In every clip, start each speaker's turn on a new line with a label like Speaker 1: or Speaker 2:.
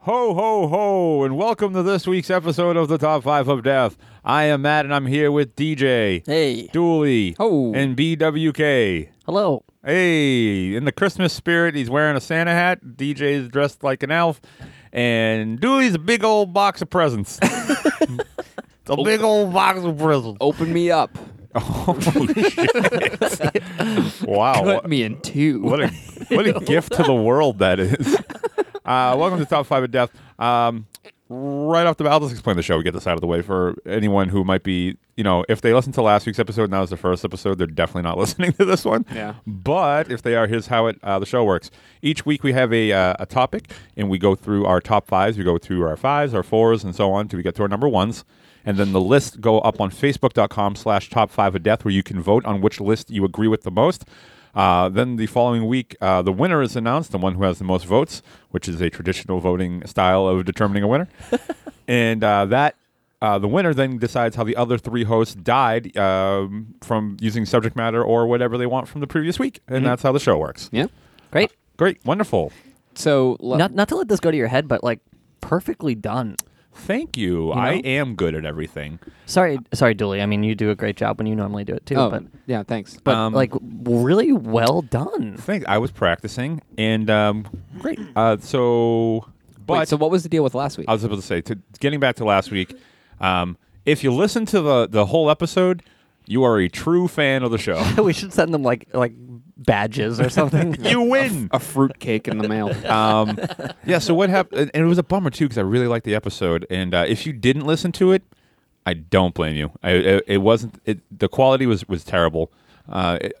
Speaker 1: Ho, ho, ho, and welcome to this week's episode of the Top 5 of Death. I am Matt, and I'm here with DJ,
Speaker 2: Hey.
Speaker 1: Dooley,
Speaker 2: Ho.
Speaker 1: and BWK.
Speaker 2: Hello.
Speaker 1: Hey, in the Christmas spirit, he's wearing a Santa hat. DJ is dressed like an elf, and Dooley's a big old box of presents. it's a big old box of presents.
Speaker 2: Open me up.
Speaker 1: Holy shit. wow.
Speaker 2: Cut me in two.
Speaker 1: What a what a gift to the world that is. Uh, welcome to Top Five of Death. Um, right off the bat, I'll just explain the show. We get this out of the way for anyone who might be, you know, if they listened to last week's episode and that was the first episode, they're definitely not listening to this one.
Speaker 2: Yeah.
Speaker 1: But if they are, here's how it uh, the show works. Each week we have a uh, a topic and we go through our top fives. We go through our fives, our fours, and so on till we get to our number ones. And then the list go up on facebook.com slash top five of death where you can vote on which list you agree with the most. Uh, then the following week, uh, the winner is announced, the one who has the most votes, which is a traditional voting style of determining a winner. and uh, that uh, the winner then decides how the other three hosts died um, from using subject matter or whatever they want from the previous week, and that's how the show works.
Speaker 3: Mm-hmm. Yeah. Great.
Speaker 1: Great, wonderful.
Speaker 3: So lo-
Speaker 2: Not not to let this go to your head, but like perfectly done.
Speaker 1: Thank you. I am good at everything.
Speaker 2: Sorry, sorry, Dooley. I mean, you do a great job when you normally do it too.
Speaker 3: oh,
Speaker 2: but
Speaker 3: yeah, thanks.
Speaker 2: but
Speaker 1: um,
Speaker 2: like really well done.
Speaker 1: Thanks. I was practicing, and um, great. Uh, so, but
Speaker 3: Wait, so what was the deal with last week?
Speaker 1: I was able to say, to, getting back to last week, um, if you listen to the the whole episode, you are a true fan of the show.
Speaker 2: we should send them like like badges or something.
Speaker 1: you win.
Speaker 3: a fruit cake in the mail.
Speaker 1: um, yeah. So what happened? And it was a bummer too because I really liked the episode. And uh, if you didn't listen to it, I don't blame you. I, it, it wasn't. It, the quality was was terrible. Uh, it,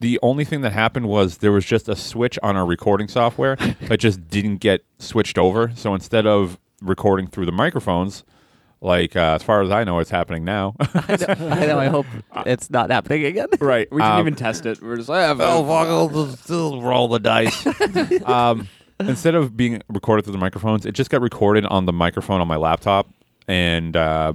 Speaker 1: the only thing that happened was there was just a switch on our recording software that just didn't get switched over. So instead of recording through the microphones, like uh, as far as I know, it's happening now.
Speaker 2: I know- I know. I hope it's not happening again.
Speaker 1: right.
Speaker 3: we didn't
Speaker 1: um,
Speaker 3: even test it. We're just like,
Speaker 1: Oh,
Speaker 3: oh,
Speaker 1: fuck, I'll just- just roll the dice. um, instead of being recorded through the microphones, it just got recorded on the microphone on my laptop. And uh,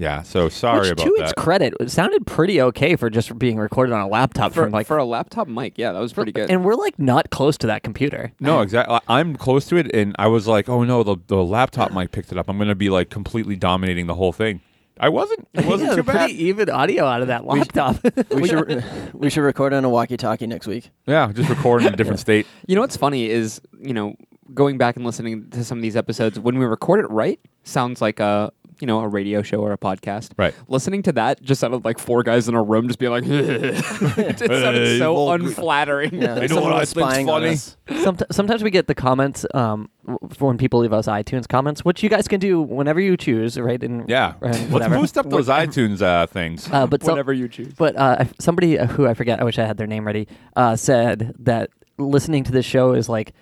Speaker 1: yeah, so sorry
Speaker 2: Which,
Speaker 1: about
Speaker 2: to its
Speaker 1: that.
Speaker 2: credit, it sounded pretty okay for just being recorded on a laptop
Speaker 3: for,
Speaker 2: from like.
Speaker 3: for a laptop mic. Yeah, that was pretty good.
Speaker 2: And we're like not close to that computer.
Speaker 1: no, exactly. I'm close to it, and I was like, "Oh no, the, the laptop mic picked it up. I'm going to be like completely dominating the whole thing." I wasn't. It wasn't
Speaker 2: Yeah,
Speaker 1: too bad.
Speaker 2: pretty even audio out of that laptop.
Speaker 4: We should we should record on a walkie-talkie next week.
Speaker 1: Yeah, just recording in a different state.
Speaker 3: you know what's funny is, you know, going back and listening to some of these episodes, when we record it right, sounds like a you know, a radio show or a podcast.
Speaker 1: Right.
Speaker 3: Listening to that just sounded like four guys in a room just being like, it sounded so unflattering.
Speaker 4: Yeah,
Speaker 1: know
Speaker 4: someone
Speaker 1: what I
Speaker 4: was
Speaker 1: think's
Speaker 4: spying on
Speaker 1: funny?
Speaker 4: us.
Speaker 2: Somet- sometimes we get the comments um, w- for when people leave us iTunes comments, which you guys can do whenever you choose, right? And
Speaker 1: Yeah,
Speaker 2: and
Speaker 1: let's
Speaker 2: whatever.
Speaker 1: boost up those iTunes uh, things.
Speaker 2: Uh, but so-
Speaker 3: Whatever you choose.
Speaker 2: but uh, I- somebody who I forget, I wish I had their name ready, uh, said that listening to this show is like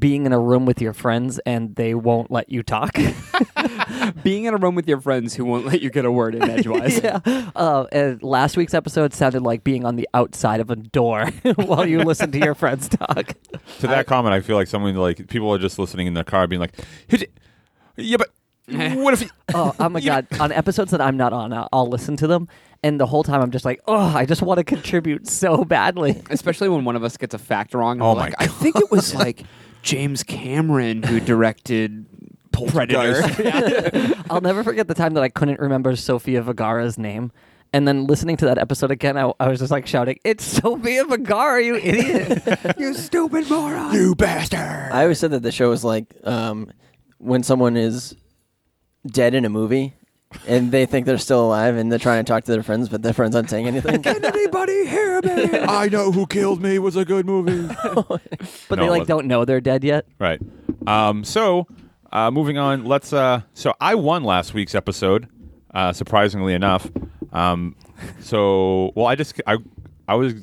Speaker 2: being in a room with your friends and they won't let you talk.
Speaker 3: Being in a room with your friends who won't let you get a word in edgewise.
Speaker 2: yeah. Uh, and last week's episode sounded like being on the outside of a door while you listen to your friends talk.
Speaker 1: to that comment, I feel like someone like people are just listening in their car, being like, "Hit it." "Yeah, but what if?" You-
Speaker 2: Oh, oh my god! On episodes that I'm not on, I'll, I'll listen to them, and the whole time I'm just like, oh, I just want to contribute so badly.
Speaker 3: especially when one of us gets a fact wrong. and
Speaker 1: Oh
Speaker 3: we're
Speaker 1: my
Speaker 3: like, I think it was like James Cameron who directed Predator.
Speaker 2: I'll never forget the time that I couldn't remember Sofia Vergara's name, and then listening to that episode again, I, I was just like shouting, "It's Sofia Vergara, you idiot!"
Speaker 3: you stupid moron! You bastard!
Speaker 4: I always said that the show was like um, when someone is dead in a movie and they think they're still alive and they're trying to talk to their friends, but their friends aren't saying anything.
Speaker 3: Anybody hear me?
Speaker 1: I know who killed me was a good movie.
Speaker 2: But
Speaker 1: No,
Speaker 2: they
Speaker 1: it
Speaker 2: like
Speaker 1: wasn't.
Speaker 2: don't know they're dead yet.
Speaker 1: right. Um, so, uh, moving on. Let's. Uh, so I won last week's episode, uh, surprisingly enough. Um, so, well, I just I I was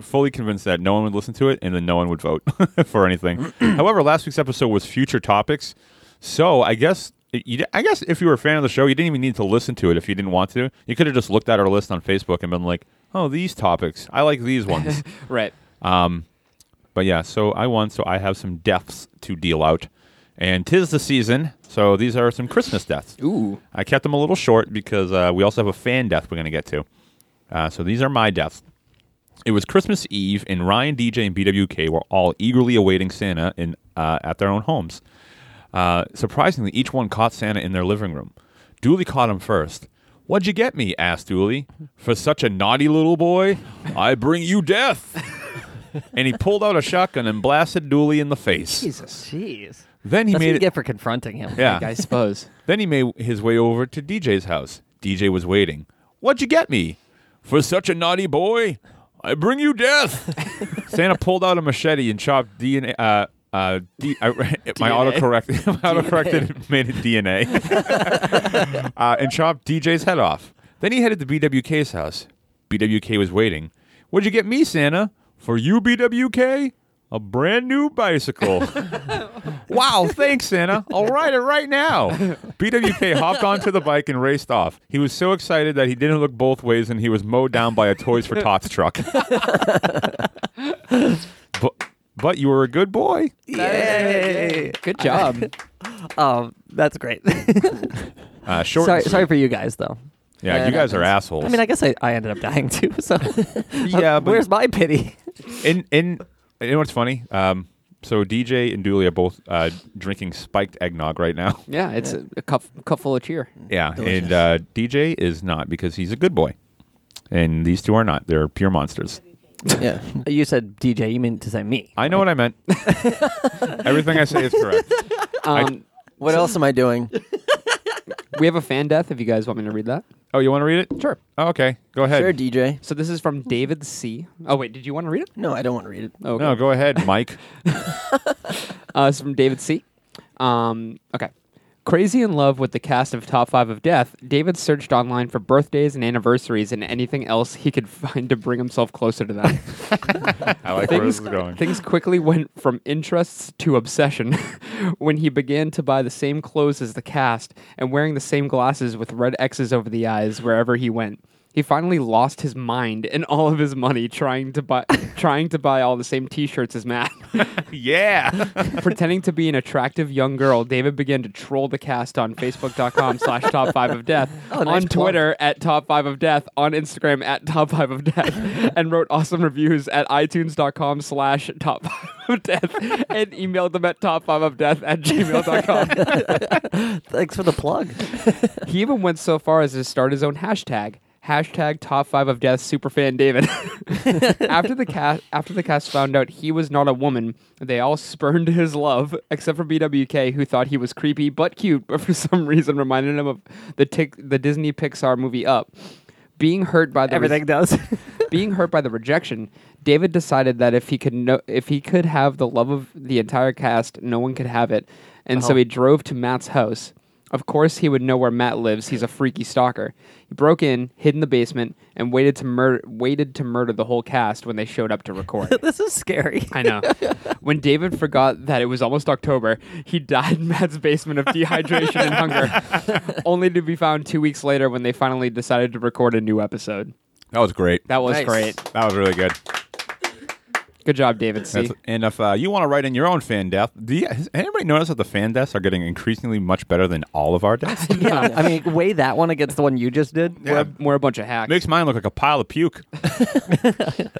Speaker 1: fully convinced that no one would listen to it and then no one would vote for anything. However, last week's episode was future topics. So I guess you, di- I guess if you were a fan of the show, you didn't even need to listen to it if you didn't want to. You could have just looked at our list on Facebook and been like, "Oh, these topics. I like these ones."
Speaker 3: Right.
Speaker 1: Um, but yeah, so I won, so I have some deaths to deal out. And 'tis the season, so these are some Christmas deaths.
Speaker 3: Ooh.
Speaker 1: I kept them a little short because uh, we also have a fan death we're going to get to. Uh, so these are my deaths. It was Christmas Eve, and Ryan, DJ, and BWK were all eagerly awaiting Santa in uh, at their own homes. Uh, surprisingly, each one caught Santa in their living room. Dooley caught him first. What'd you get me? asked Dooley. For such a naughty little boy, I bring you death. and he pulled out a shotgun and blasted Dooley in the face.
Speaker 3: Jesus.
Speaker 2: Jeez.
Speaker 1: Then he
Speaker 2: That's what
Speaker 1: made
Speaker 2: you
Speaker 1: it.
Speaker 2: get for confronting him.
Speaker 1: yeah.
Speaker 3: I suppose.
Speaker 1: Then he made his way over to DJ's house. DJ was waiting. What'd you get me? For such a naughty boy, I bring you death. Santa pulled out a machete and chopped DNA. Uh, uh, D, I, my
Speaker 3: DNA.
Speaker 1: autocorrect, my autocorrected made it DNA, uh, and chopped DJ's head off. Then he headed to BWK's house. BWK was waiting. What'd you get me, Santa? For you, BWK, a brand new bicycle. Wow, thanks, Santa. I'll ride it right now. BWK hopped onto the bike and raced off. He was so excited that he didn't look both ways and he was mowed down by a Toys for Tots truck. but, but you were a good boy.
Speaker 2: Yay.
Speaker 3: Good job.
Speaker 2: Um, that's great.
Speaker 1: Uh, short.
Speaker 2: sorry,
Speaker 1: and
Speaker 2: sorry
Speaker 1: sweet.
Speaker 2: for you guys though.
Speaker 1: Yeah,
Speaker 4: That
Speaker 1: you guys are
Speaker 4: happens.
Speaker 1: assholes.
Speaker 2: I mean, I guess I, I ended up dying too. So Uh,
Speaker 1: yeah, but
Speaker 2: where's my pity?
Speaker 1: in in you know what's funny? Um, so DJ and Dooley are both uh, drinking spiked eggnog right now.
Speaker 3: yeah, it's a, a cup, cup full of cheer.
Speaker 1: Yeah,
Speaker 4: Delicious.
Speaker 1: and uh, DJ is not because he's a good boy, and these two are not. They're pure monsters.
Speaker 4: yeah.
Speaker 2: You said DJ. You mean to say me?
Speaker 1: I know what I meant. Everything I say is correct.
Speaker 3: Um,
Speaker 4: What else am I doing?
Speaker 3: we have a fan death if you guys want me to read that.
Speaker 1: Oh, you want to read it?
Speaker 3: Sure.
Speaker 1: Oh, okay. Go ahead.
Speaker 4: Sure, DJ.
Speaker 3: So this is from David C. Oh, wait, did you want to read it?
Speaker 4: No, I don't want to read it.
Speaker 3: Oh, okay.
Speaker 1: No, go ahead, Mike.
Speaker 3: Uh, it's from David C. Um, okay. Crazy in love with the cast of Top 5 of Death, David searched online for birthdays and anniversaries and anything else he could find to bring himself closer to them.
Speaker 1: I like where this
Speaker 3: things,
Speaker 1: is going.
Speaker 3: things quickly went from interests to obsession when he began to buy the same clothes as the cast and wearing the same glasses with red X's over the eyes wherever he went. He finally lost his mind and all of his money trying to buy trying to buy all the same t-shirts as Matt.
Speaker 1: yeah.
Speaker 3: Pretending to be an attractive young girl, David began to troll the cast on Facebook.com slash Top 5 of Death,
Speaker 2: Oh, nice
Speaker 3: on
Speaker 2: plug.
Speaker 3: Twitter at Top 5 of Death, on Instagram at Top 5 of Death, and wrote awesome reviews at iTunes.com slash Top 5 of Death, and emailed them at Top 5 of Death at gmail.com.
Speaker 2: Thanks for the plug.
Speaker 3: he even went so far as to start his own hashtag. Hashtag top five of death superfan David. after the cast after the cast found out he was not a woman, they all spurned his love, except for BWK, who thought he was creepy but cute, but for some reason reminded him of the tic- the Disney Pixar movie Up. Being hurt by the res-
Speaker 2: Everything does.
Speaker 3: being hurt by the rejection, David decided that if he could no- if he could have the love of the entire cast, no one could have it. And so
Speaker 2: Oh.
Speaker 3: he drove to Matt's house. Of course, he would know where Matt lives. He's a freaky stalker. He broke in, hid in the basement, and waited to murder waited to murder the whole cast when they showed up to record.
Speaker 2: this is scary.
Speaker 3: I know. When David forgot that it was almost October, he died in Matt's basement of dehydration and hunger, only to be found two weeks later when they finally decided to record a new episode.
Speaker 1: That was great.
Speaker 3: That was
Speaker 4: Nice.
Speaker 3: great.
Speaker 1: That was really good.
Speaker 3: Good job, David. C.
Speaker 1: That's- and if uh, you want to write in your own fan death, do you, has anybody noticed that the fan deaths are getting increasingly much better than all of our deaths?
Speaker 2: yeah. I mean, weigh that one against the one you just did.
Speaker 3: we're, a, we're a bunch of hacks.
Speaker 1: Makes mine look like a pile of puke. but,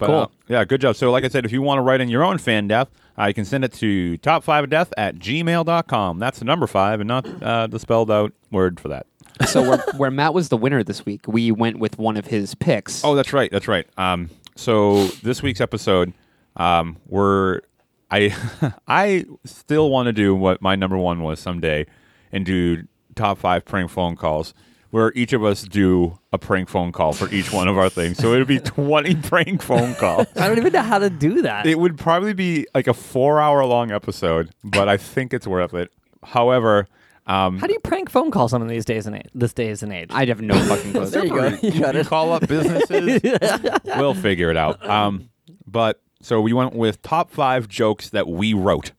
Speaker 3: Cool.
Speaker 1: uh, yeah, good job. So, like I said, if you want to write in your own fan death, uh, you can send it to top five of death at gmail.com. That's the number five and not uh, the spelled out word for that.
Speaker 3: so where, where Matt was the winner this week, we went with one of his picks.
Speaker 1: Oh, that's right. That's right. Um, so this week's episode, um, we're I I still want to do what my number one was someday, and do top five prank phone calls, where each of us do a prank phone call for each one of our things. So it would be twenty prank phone calls.
Speaker 2: I don't even know how to do that.
Speaker 1: It would probably be like a four-hour-long episode, but I think it's worth it. However, um,
Speaker 2: how do you prank phone call someone these days and age? This days and age.
Speaker 3: I have no fucking clue.
Speaker 4: There you go. You got
Speaker 1: you
Speaker 4: it.
Speaker 1: call up businesses. we'll figure it out. Um, but so we went with top five jokes that we wrote.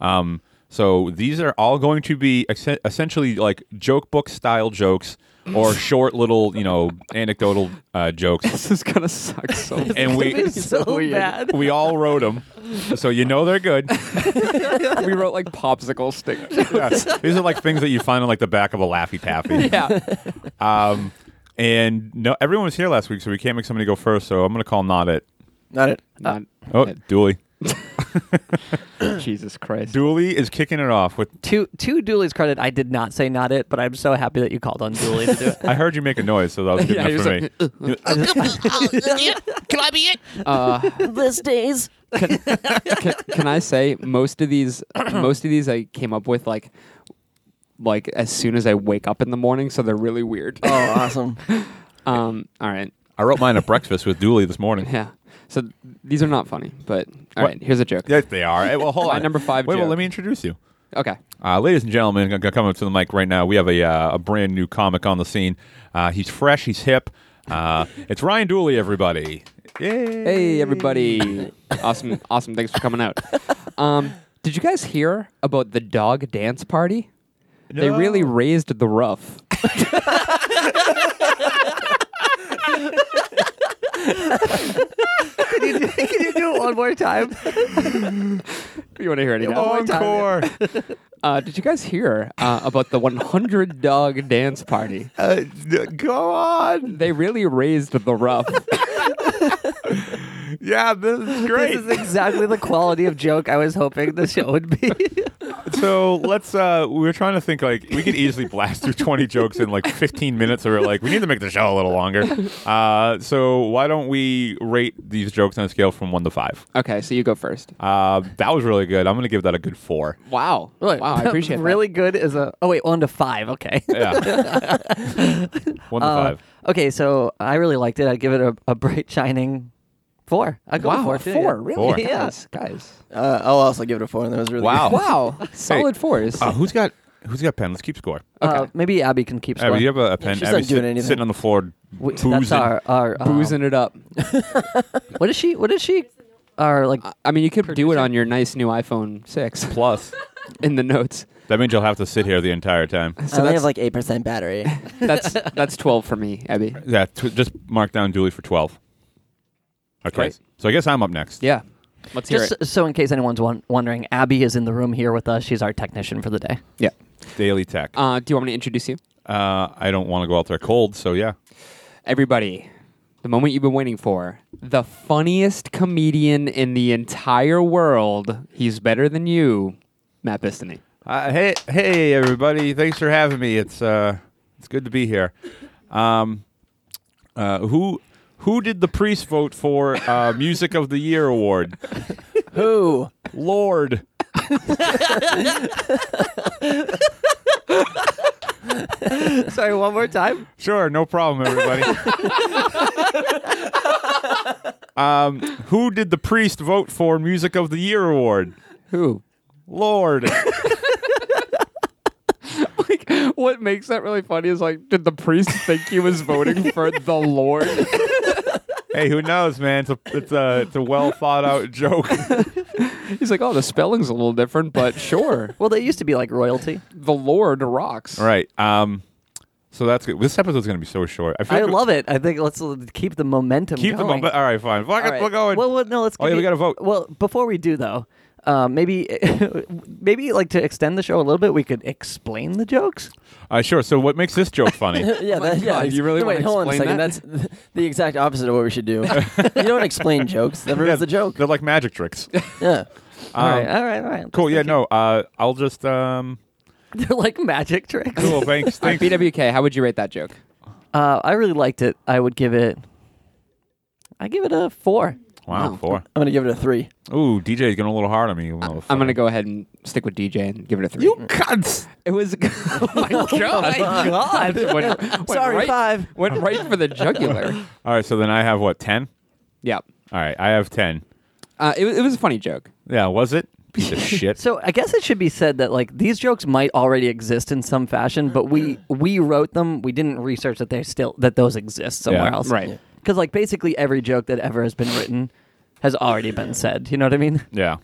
Speaker 1: Um, so these are all going to be ex- essentially like joke book style jokes or short little, you know, anecdotal uh, jokes.
Speaker 3: this is gonna suck so. much.
Speaker 1: And we
Speaker 2: it's so
Speaker 3: weird.
Speaker 2: bad.
Speaker 1: we all wrote them, so you know they're good.
Speaker 3: we wrote like popsicle stick.
Speaker 1: Yes. These are like things that you find on like the back of a laffy taffy.
Speaker 3: yeah.
Speaker 1: Um, and no, everyone was here last week, so we can't make somebody go first. So I'm going to call not it.
Speaker 4: Not it.
Speaker 3: Not,
Speaker 1: Oh, Dooley.
Speaker 3: Jesus Christ.
Speaker 1: Dooley is kicking it off with.
Speaker 2: To to Dooley's credit, I did not say not it, but I'm so happy that you called on Dooley to do it.
Speaker 1: I heard you make a noise, so that was good
Speaker 3: Yeah,
Speaker 1: enough for
Speaker 3: he
Speaker 1: me.
Speaker 5: Can I be it?
Speaker 3: Uh,
Speaker 5: This days.
Speaker 3: can, can, can I say most of these most of these I came up with like like as soon as I wake up in the morning, so they're really weird.
Speaker 4: Oh, awesome.
Speaker 3: Um, all right,
Speaker 1: I wrote mine at breakfast with Dooley this morning.
Speaker 3: yeah. So th- these are not funny, but all right.
Speaker 1: What?
Speaker 3: Here's a joke.
Speaker 1: Yes, they are. Hey, well, hold
Speaker 3: My
Speaker 1: on.
Speaker 3: number five
Speaker 1: Wait, well,
Speaker 3: joke.
Speaker 1: let me introduce you.
Speaker 3: Okay.
Speaker 1: Uh, ladies and gentlemen, g- g- coming up to the mic right now, we have a, uh, a brand new comic on the scene. Uh, he's fresh, he's hip. Uh, it's Ryan Dooley, everybody. Yay.
Speaker 3: Hey everybody! awesome, awesome. Thanks for coming out. Um, did you guys hear about the dog dance party? They
Speaker 1: No.
Speaker 3: really raised the rough.
Speaker 2: can, you do, can you do it one more time?
Speaker 3: You want to hear it again?
Speaker 2: more time.
Speaker 1: Encore.
Speaker 3: Uh, did you guys hear uh, about the 100 dog dance party?
Speaker 1: Uh, d- go on.
Speaker 3: They really raised the rough.
Speaker 1: Yeah, this is great.
Speaker 2: This is exactly the quality of joke I was hoping the show would be.
Speaker 1: so let's. Uh, we were trying to think like we could easily blast through twenty jokes in like fifteen minutes, or like we need to make the show a little longer. Uh, so why don't we rate these jokes on a scale from one to five?
Speaker 3: okay, so you go first.
Speaker 1: Uh, that was really good. I'm gonna give that a good four.
Speaker 3: Wow. Wow, I appreciate that.
Speaker 2: Really good is a. Oh wait, one to five. Okay.
Speaker 1: Yeah, one to
Speaker 2: Uh,
Speaker 1: five.
Speaker 2: Okay, so I really liked it. I'd give it a, a bright shining four. I go with
Speaker 3: Wow,
Speaker 2: four.
Speaker 3: four,
Speaker 2: too,
Speaker 3: four
Speaker 2: yeah. Oh.
Speaker 3: really?
Speaker 1: Four.
Speaker 3: Guys, guys.
Speaker 4: Uh, I'll also give it a four. That was really
Speaker 1: Wow.
Speaker 4: good.
Speaker 3: Wow, solid fours.
Speaker 1: Uh, who's got Who's got pen? Let's keep score.
Speaker 2: Uh,
Speaker 3: Okay.
Speaker 2: maybe Abby can keep score.
Speaker 1: Abby, you have a, a pen.
Speaker 4: she's not
Speaker 1: Abby's sit-
Speaker 4: doing anything.
Speaker 1: sitting on the floor.
Speaker 2: We- that's
Speaker 1: boozing.
Speaker 2: our our um,
Speaker 3: Boozing it up.
Speaker 2: What is she? What is she? Our like
Speaker 3: I mean, you could do it on your nice new iPhone 6
Speaker 1: Plus,
Speaker 3: in the notes.
Speaker 1: that means you'll have to sit here the entire time.
Speaker 4: I
Speaker 3: So
Speaker 4: only
Speaker 3: that's,
Speaker 4: have like eight percent battery.
Speaker 3: that's that's 12 for me, Abby.
Speaker 1: Yeah, tw just mark down Dooley for twelve. Okay,
Speaker 3: Great.
Speaker 1: so I guess I'm up next.
Speaker 3: Yeah. Let's hear
Speaker 2: just
Speaker 3: it.
Speaker 2: so in case anyone's won- wondering, Abby is in the room here with us. She's our technician for the day.
Speaker 3: Yeah.
Speaker 1: Daily Tech.
Speaker 3: Uh, do you want me to introduce you?
Speaker 1: Uh, I don't want to go out there cold, so yeah.
Speaker 3: Everybody, the moment you've been waiting for. The funniest comedian in the entire world. He's better than you, Matt Bistany.
Speaker 1: Uh, hey, hey, everybody! Thanks for having me. It's uh, it's good to be here. Um, uh, who who did the priest vote for uh, Music of the Year award?
Speaker 4: Who?
Speaker 1: Lord.
Speaker 2: Sorry, one more time.
Speaker 1: Sure, no problem, everybody. um, who did the priest vote for Music of the Year award?
Speaker 3: Who?
Speaker 1: Lord.
Speaker 3: Like, what makes that really funny is like, did the priest think he was voting for the Lord?
Speaker 1: hey, who knows, man? It's a it's a it's a well thought out joke.
Speaker 3: He's like, oh, the spelling's a little different, but sure,
Speaker 2: Well, they used to be like royalty.
Speaker 3: the Lord rocks.
Speaker 1: All right. Um, so that's good. This episode's gonna be so short. feel
Speaker 2: I
Speaker 1: like we-
Speaker 2: love it. I think let's l- keep the momentum.
Speaker 1: Keep
Speaker 2: going.
Speaker 1: the moment. All right, fine. Fuck
Speaker 2: All
Speaker 1: it,
Speaker 2: right.
Speaker 1: we're going.
Speaker 2: Well, well, no, let's.
Speaker 1: Oh, yeah,
Speaker 2: give
Speaker 1: we
Speaker 2: you-
Speaker 1: gotta vote.
Speaker 2: Well, before we do though, um, maybe maybe like to extend the show a little bit, we could explain the jokes.
Speaker 1: uh, sure. So, what makes this joke funny?
Speaker 4: yeah, that, yeah.
Speaker 3: Oh God, you really
Speaker 4: no,
Speaker 3: wanna
Speaker 4: wait, hold on a
Speaker 3: explain
Speaker 4: second.
Speaker 3: that?
Speaker 4: That's th- the exact opposite of what we should do. you don't explain jokes. That ruins
Speaker 1: Yeah,
Speaker 4: the joke.
Speaker 1: They're like magic tricks.
Speaker 4: Yeah.
Speaker 2: all right, uh,
Speaker 1: Um,
Speaker 2: all right, all right.
Speaker 1: Cool. Yeah. No. Uh, I'll just. Um,
Speaker 2: They're like magic tricks.
Speaker 1: cool. Thanks.
Speaker 3: All right,
Speaker 1: Thanks.
Speaker 3: BWK, how would you rate that joke?
Speaker 2: Uh, I really liked it. I would give it. I give it a four.
Speaker 1: Wow.
Speaker 3: Wow.
Speaker 1: Four.
Speaker 4: I'm gonna give it a three.
Speaker 1: Ooh, DJ's getting a little hard on me.
Speaker 3: I'm gonna go ahead and stick with DJ and give it a three.
Speaker 1: You cunts.
Speaker 3: It was. oh my god!
Speaker 2: God.
Speaker 3: Went- went
Speaker 4: Sorry,
Speaker 3: right-
Speaker 4: five.
Speaker 3: Went right for the jugular.
Speaker 1: All right. So then I have what ten?
Speaker 3: yeah.
Speaker 1: All right. I have ten.
Speaker 3: Uh, it, was- it was a funny joke.
Speaker 1: Yeah. Was it? Piece of shit.
Speaker 2: So I guess it should be said that like these jokes might already exist in some fashion, but we we wrote them. We didn't research that they still that those exist somewhere
Speaker 1: Yeah.
Speaker 2: else,
Speaker 3: Right. Yeah.
Speaker 2: Because like basically every joke that ever has been written has already been said. You know what I mean?
Speaker 1: yeah.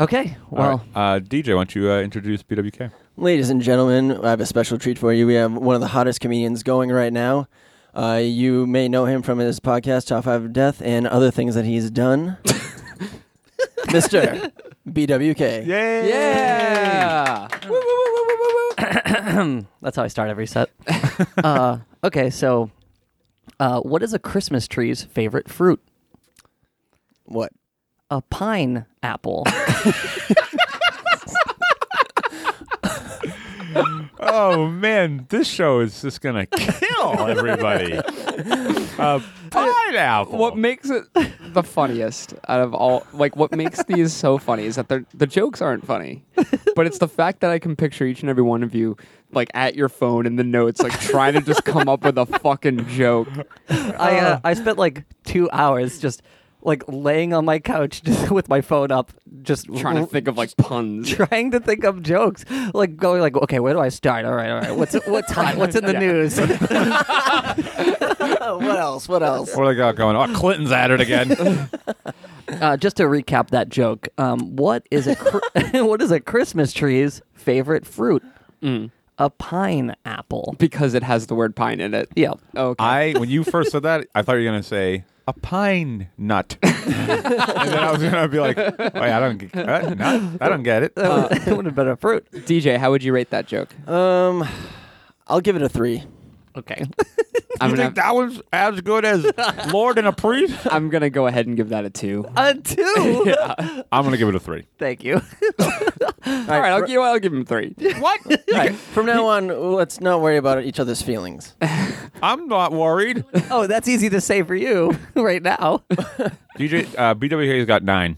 Speaker 2: Okay.
Speaker 1: All right.
Speaker 2: Well,
Speaker 1: uh, DJ, why don't you uh, introduce BWK?
Speaker 4: Ladies and gentlemen, I have a special treat for you. We have one of the hottest comedians going right now. Uh, you may know him from his podcast, Top 5 of Death, and other things that he's done. Mr. BWK.
Speaker 1: Yay!
Speaker 3: Yeah.
Speaker 2: that's how I start every set. uh, okay. So, uh, what is a Christmas tree's favorite fruit?
Speaker 4: What?
Speaker 2: a pine apple.
Speaker 1: oh man, this show is just gonna kill everybody. uh, pineapple.
Speaker 3: What makes it the funniest out of all, like what makes these so funny is that they're- the jokes aren't funny, but it's the fact that I can picture each and every one of you like at your phone in the notes, like trying to just come up with a fucking joke.
Speaker 2: I
Speaker 3: Oh.
Speaker 2: uh, I spent like two hours just like laying on my couch just with my phone up, just
Speaker 3: trying to think of like puns.
Speaker 2: trying to think of jokes, like going like, okay, where do I start? All right, all right, what's what's hot? What's in the
Speaker 3: Yeah.
Speaker 2: news?
Speaker 3: Oh,
Speaker 4: what else? What else?
Speaker 1: What do they got going? Oh, Clinton's at it again.
Speaker 2: Uh, just to recap that joke, um, what is a cr- what is a Christmas tree's favorite fruit?
Speaker 3: Mm.
Speaker 2: A pine apple.
Speaker 3: Because it has the word pine in it.
Speaker 2: Yeah.
Speaker 3: Okay.
Speaker 1: I when you first said that, I thought you were gonna say a pine nut, and then I was gonna be like, oh, yeah, I don't, get, uh, nut? I don't get it.
Speaker 2: Uh, That would have been a fruit.
Speaker 3: DJ, how would you rate that joke?
Speaker 4: Um, I'll give it a three.
Speaker 2: Okay.
Speaker 3: I'm
Speaker 1: you
Speaker 3: gonna,
Speaker 1: think that was as good as Lord and a priest?
Speaker 3: I'm gonna go ahead and give that a two.
Speaker 2: A Uh, two.
Speaker 1: I'm gonna give it a three.
Speaker 2: Thank you.
Speaker 3: All right, I'll, give, I'll give him three.
Speaker 1: What?
Speaker 4: From now on, let's not worry about each other's feelings.
Speaker 1: I'm not worried.
Speaker 2: oh, that's easy to say for you right now.
Speaker 1: DJ uh, BWK's got nine.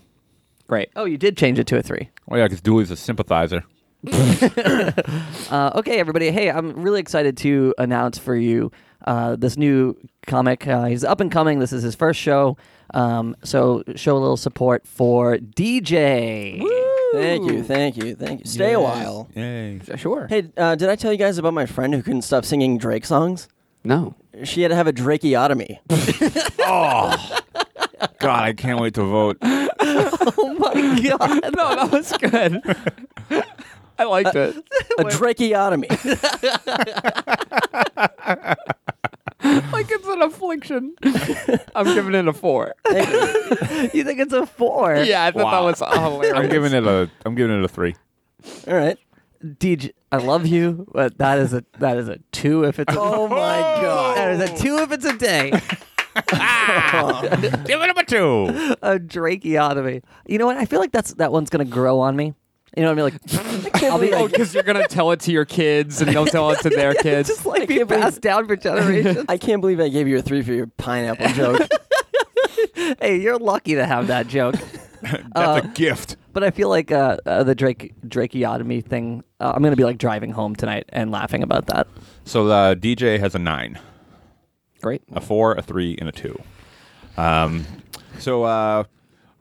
Speaker 3: Great.
Speaker 2: Oh, you did change it to a three.
Speaker 1: Oh yeah, because Dooley's a sympathizer.
Speaker 2: Uh, okay, everybody. Hey, I'm really excited to announce for you uh, this new comic. Uh, he's up and coming. This is his first show. Um, so show a little support for Oh DJ.
Speaker 4: Thank you, thank you, thank you. Stay a while.
Speaker 1: Yay.
Speaker 3: Sure.
Speaker 4: Hey, uh, did I tell you guys about my friend who couldn't stop singing Drake songs?
Speaker 3: No.
Speaker 4: She had to have a dracheotomy.
Speaker 1: Oh God, I can't wait to vote.
Speaker 2: Oh my god.
Speaker 3: No, that was good. I liked it.
Speaker 4: a dracheotomy.
Speaker 3: like it's an affliction. I'm giving it a four.
Speaker 2: you think it's a four?
Speaker 3: Yeah, I thought
Speaker 1: Wow.
Speaker 3: that was hilarious.
Speaker 1: I'm giving it a. I'm giving it a three.
Speaker 4: All right.
Speaker 2: DJ, I love you, but that is a that is a two if it's a
Speaker 4: Oh my god.
Speaker 2: that is a two if it's a day.
Speaker 1: Give it a two.
Speaker 2: a dracheotomy. You know what? I feel like that's that one's gonna grow on me. You know what I mean? Like, I'll be
Speaker 3: Oh,
Speaker 2: like,
Speaker 3: because you're gonna tell it to your kids, and they'll tell it to their kids.
Speaker 2: just like be passed down for generations.
Speaker 4: I can't believe I gave you a three for your pineapple joke.
Speaker 2: hey, you're lucky to have that joke.
Speaker 1: That's a gift.
Speaker 2: But I feel like uh, uh, the Drake dracheotomy thing. Uh, I'm gonna be like driving home tonight and laughing about that.
Speaker 1: So uh, DJ has a nine,
Speaker 3: Great.
Speaker 1: a four, a three, and a two. Um, so uh,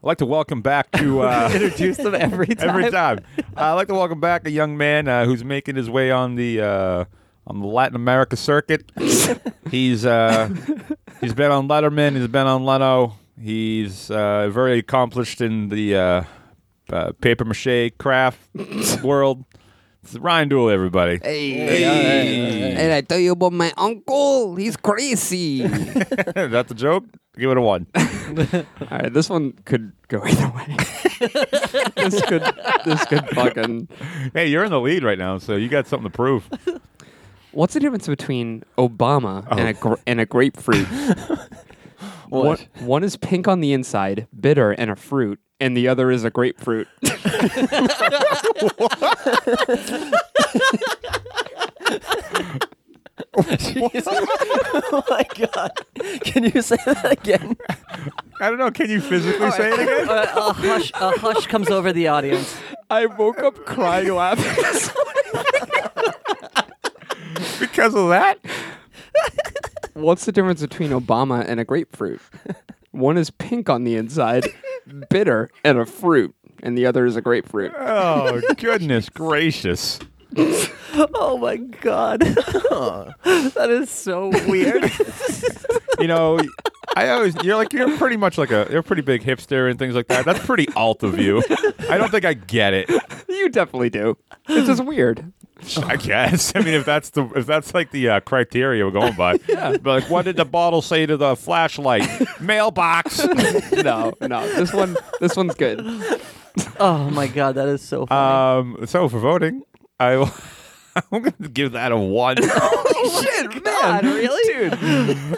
Speaker 1: I'd like to welcome back to uh,
Speaker 2: Introduce them every time.
Speaker 1: every time. Uh, I'd like to welcome back a young man uh, who's making his way on the uh, on the Latin America circuit. he's uh, he's been on Letterman. He's been on Leno. He's uh, very accomplished in the uh, uh, paper mache craft world. It's Ryan Dooley, everybody.
Speaker 3: And I tell you about my uncle. He's crazy. All
Speaker 1: That's a joke. Give it a one.
Speaker 3: right, this one could go either way. this could, this could fucking.
Speaker 1: hey, you're in the lead right now, so you got something to prove.
Speaker 3: What's the difference between Obama and a gra- and a grapefruit? One,
Speaker 4: What?
Speaker 3: one is pink on the inside, bitter, and a fruit, and the other is a grapefruit.
Speaker 4: oh my god. Can you say that again?
Speaker 1: I don't know. Can you physically say it again?
Speaker 2: Uh, a hush, a hush comes over the audience.
Speaker 3: I woke up crying laughing.
Speaker 1: Because of that?
Speaker 3: What's the difference between Obama and a grapefruit? One is pink on the inside, bitter, and a fruit, and the other is a grapefruit.
Speaker 1: Oh, goodness gracious.
Speaker 2: Oh my god, that is so weird.
Speaker 1: You know, I always you're like you're pretty much like a you're a pretty big hipster and things like that. That's pretty alt of you. I don't think I get it.
Speaker 3: You definitely do. It's just weird.
Speaker 1: I guess. I mean, if that's the if that's like the uh, criteria we're going by. Yeah. But like, what did the bottle say to the flashlight? Mailbox.
Speaker 3: No, no. This one, this one's good.
Speaker 2: oh my god, that is so funny.
Speaker 1: Um, so for voting, I will- I'm going to give that a one.
Speaker 2: shit, man! Really, dude?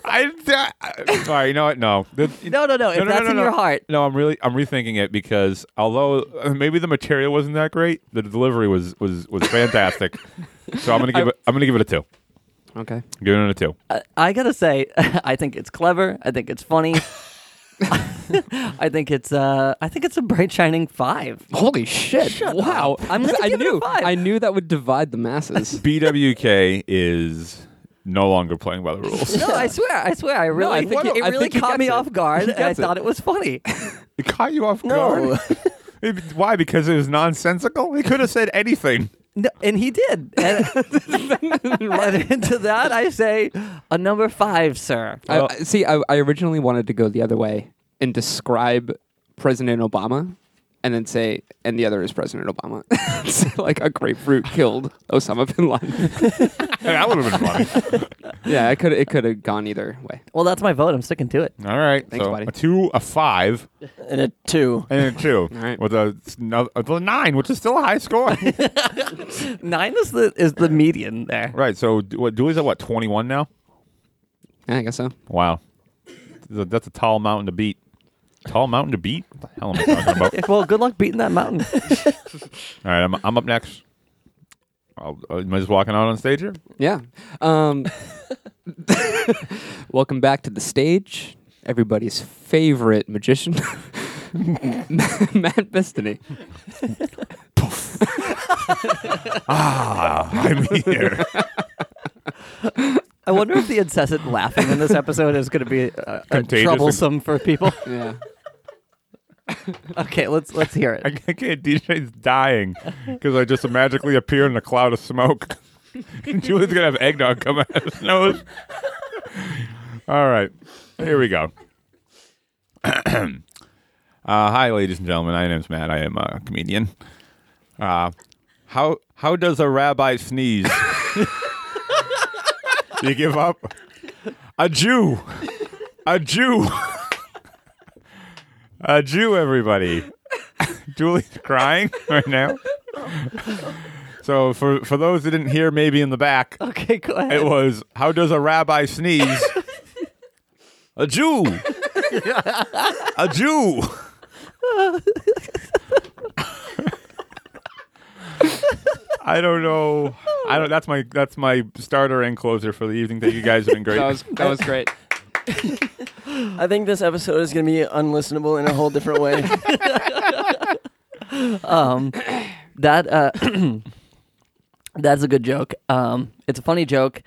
Speaker 1: I, I, all right, you know what? No, The-
Speaker 2: No, no, no. If that's in your heart,
Speaker 1: No, I'm really I'm rethinking it because although uh, maybe the material wasn't that great, the delivery was was was fantastic. so I'm gonna give it I'm gonna give it a two.
Speaker 3: Okay.
Speaker 1: I'm giving it a two.
Speaker 2: I, I gotta say, I think it's clever. I think it's funny. I think it's uh, I think it's a bright shining five.
Speaker 3: Holy shit! wow.
Speaker 2: I'm gonna
Speaker 3: I
Speaker 2: give it a
Speaker 3: knew.
Speaker 2: five.
Speaker 3: I knew that would divide the masses.
Speaker 1: BWK is no longer playing by the rules.
Speaker 2: No, I swear, I swear, I really,
Speaker 3: I think he-
Speaker 2: it
Speaker 3: I
Speaker 2: really
Speaker 3: think he
Speaker 2: caught me
Speaker 3: gets it.
Speaker 2: off guard.
Speaker 3: He
Speaker 2: and I
Speaker 3: gets it.
Speaker 2: thought it was funny.
Speaker 1: it caught you off
Speaker 4: No.
Speaker 1: guard. It- Why? Because it was nonsensical. He could have said anything.
Speaker 2: No, and he did. And, and to that, I say a number five, sir.
Speaker 3: I, I- see, I, I originally wanted to go the other way and describe President Obama, and then say, and the other is President Obama. It's like a grapefruit killed Osama bin Laden.
Speaker 1: Hey, that would have been funny.
Speaker 3: yeah, it could it could have gone either way.
Speaker 2: Well, that's my vote. I'm sticking to it.
Speaker 1: All right,
Speaker 3: Thanks,
Speaker 1: so
Speaker 3: buddy.
Speaker 1: a two, a five,
Speaker 4: and a two.
Speaker 1: and a two,
Speaker 3: right.
Speaker 1: with a, s- no- with a nine, which is still a high score.
Speaker 2: Nine is the is the median there.
Speaker 1: right. So d- what? Dewey's at what? Twenty one now.
Speaker 3: Yeah, I guess so.
Speaker 1: Wow. Th- That's a tall mountain to beat. Tall mountain to beat? What the hell am I talking about? All
Speaker 2: Well, good luck beating that mountain.
Speaker 1: right, I'm, I'm up next. I'll, uh, am I just walking out on stage here?
Speaker 3: Yeah. Um, welcome back to the stage, everybody's favorite magician, Matt Bestany.
Speaker 1: Ah, I'm here.
Speaker 2: I wonder if the incessant laughing in this episode is going to be uh, uh,
Speaker 1: Contagious and-
Speaker 2: troublesome for people.
Speaker 3: Yeah.
Speaker 2: Okay, let's let's hear
Speaker 1: I
Speaker 2: it.
Speaker 1: can't. DJ's dying because I just magically appear in a cloud of smoke. Julie's going to have eggnog come out of his nose. All right, here we go. Uh, hi, ladies and gentlemen. My name's Matt. I am a comedian. Uh, how how does a rabbi sneeze? you give up? A Jew, a Jew, a Jew. Everybody, Julie's crying right now. So for for those that didn't hear, maybe in the back,
Speaker 2: Okay, go
Speaker 1: it
Speaker 2: ahead.
Speaker 1: was how does a rabbi sneeze? a Jew. a Jew. I don't know. I don't. That's my that's my starter and closer for the evening. Thank you guys. Have been great.
Speaker 3: That was that was great.
Speaker 4: I think this episode is going to be unlistenable in a whole different way.
Speaker 2: Um, that uh, that's a good joke. Um, it's a funny joke.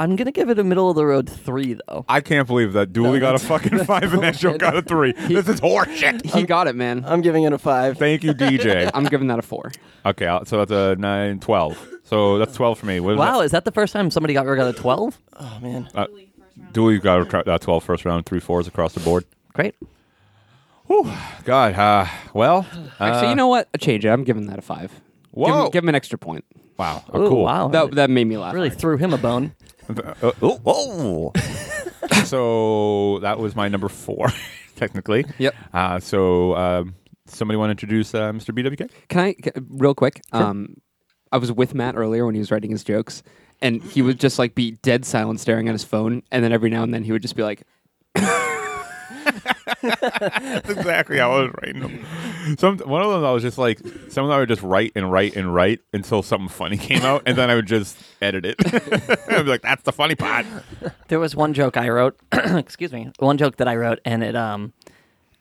Speaker 2: I'm gonna give it a middle of the road three though.
Speaker 1: I can't believe that Dooley got a fucking five and that show got a three. this is horseshit.
Speaker 3: He got it, man.
Speaker 4: I'm giving it a five.
Speaker 1: Thank you, DJ.
Speaker 3: I'm giving that a four.
Speaker 1: okay, I'll- so that's a nine, twelve. So that's twelve for me. What is
Speaker 2: Wow, is that the first time somebody got rid of a twelve?
Speaker 4: Oh man,
Speaker 1: that? Uh, Dooley got a tr- uh, twelve first round, three fours across the board.
Speaker 2: Great.
Speaker 1: Whew, God. Uh, well,
Speaker 3: Actually,
Speaker 1: uh,
Speaker 3: you know what? A change. it. I'm giving that a five. Give
Speaker 1: Whoa.
Speaker 3: him, give him an extra point.
Speaker 1: Wow.
Speaker 2: Oh,
Speaker 1: Oh, cool.
Speaker 2: wow.
Speaker 3: That that made me laugh.
Speaker 2: really threw him a bone.
Speaker 1: Uh, oh, oh. so that was my number four, technically.
Speaker 3: Yep.
Speaker 1: Uh, so um, somebody want to introduce uh, Mr. BWK?
Speaker 3: Can I ca- real quick? Um, I was with Matt earlier when he was writing his jokes, and he would just like be dead silent, staring at his phone, and then every now and then he would just be like,
Speaker 1: That's exactly how I was writing them. Some one of them I was just like, some of them I would just write and write and write until something funny came out, and then I would just edit it. I'd be like, "That's the funny part."
Speaker 2: There was one joke I wrote. excuse me, one joke that I wrote, and it um,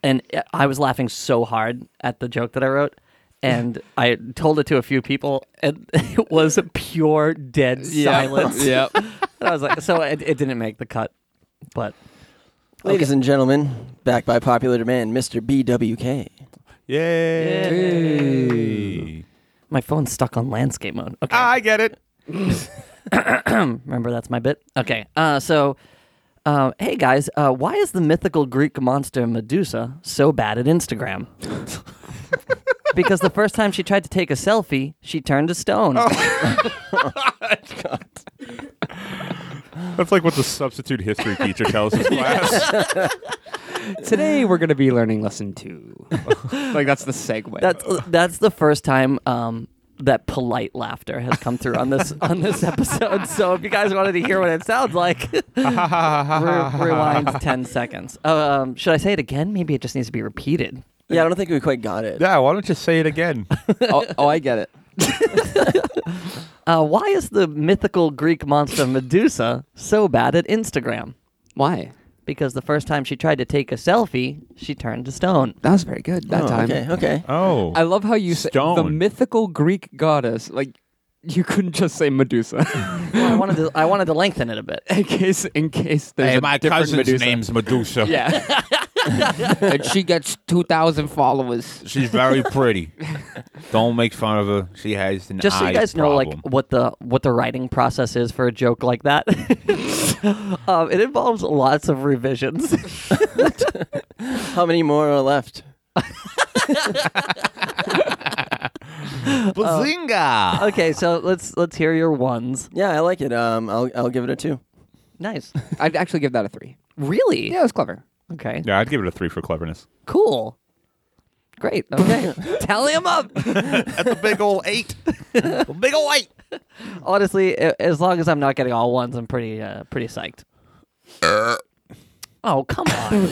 Speaker 2: and I was laughing so hard at the joke that I wrote, and I told it to a few people, and it was pure dead silence.
Speaker 3: Yep.
Speaker 2: And I was like, so it, it didn't make the cut, but
Speaker 4: ladies and gentlemen, back by popular demand, Mr. BWK.
Speaker 1: Yay!
Speaker 2: my phone's stuck on landscape mode. Okay,
Speaker 1: I get it.
Speaker 2: remember that's my bit. Okay, uh, so. Uh, hey guys, uh, why is the mythical Greek monster Medusa so bad at Instagram? because the first time she tried to take a selfie, she turned to stone.
Speaker 1: That's like what the substitute history teacher tells his class.
Speaker 3: Today we're gonna be learning lesson two. like that's the segue.
Speaker 2: That's that's the first time um, that polite laughter has come through on this on this episode. So if you guys wanted to hear what it sounds like, re- rewind ten seconds. Um, should I say it again? Maybe it just needs to be repeated.
Speaker 4: Yeah, I don't think we quite got it.
Speaker 1: Yeah, why don't you say it again?
Speaker 4: oh, oh, I get it.
Speaker 2: Uh, why is the mythical Greek monster Medusa so bad at Instagram?
Speaker 3: Why?
Speaker 2: Because the first time she tried to take a selfie, she turned to stone.
Speaker 3: That was very good that
Speaker 4: Oh,
Speaker 3: time.
Speaker 4: Okay, okay.
Speaker 1: Oh,
Speaker 3: I love how you say the
Speaker 1: Stone.
Speaker 3: mythical Greek goddess. Like you couldn't just say Medusa
Speaker 2: I wanted to I wanted to lengthen it a bit.
Speaker 3: in case in case there's a different Medusa.
Speaker 1: Medusa.
Speaker 3: Yeah. and she gets 2,000 followers.
Speaker 1: She's very pretty. Don't make fun of her. She has an
Speaker 2: Just so you
Speaker 1: eye
Speaker 2: guys know, like
Speaker 1: problem.
Speaker 2: what the what the writing process is for a joke like that, um, it involves lots of revisions.
Speaker 4: How many more are left?
Speaker 2: uh,
Speaker 1: Bazinga!
Speaker 2: okay, so let's let's hear your ones.
Speaker 4: Yeah, I like it. Um, I'll I'll give it a two.
Speaker 2: Nice,
Speaker 3: I'd actually give that a three.
Speaker 2: really?
Speaker 3: Yeah, it was clever.
Speaker 2: Okay.
Speaker 1: yeah, I'd give it a three for cleverness.
Speaker 2: Cool. Great. Okay. Tally them up.
Speaker 1: That's a big old eight. a big old eight.
Speaker 2: Honestly, a- as long as I'm not getting all ones, I'm pretty uh, pretty psyched.
Speaker 1: Uh.
Speaker 2: oh come on!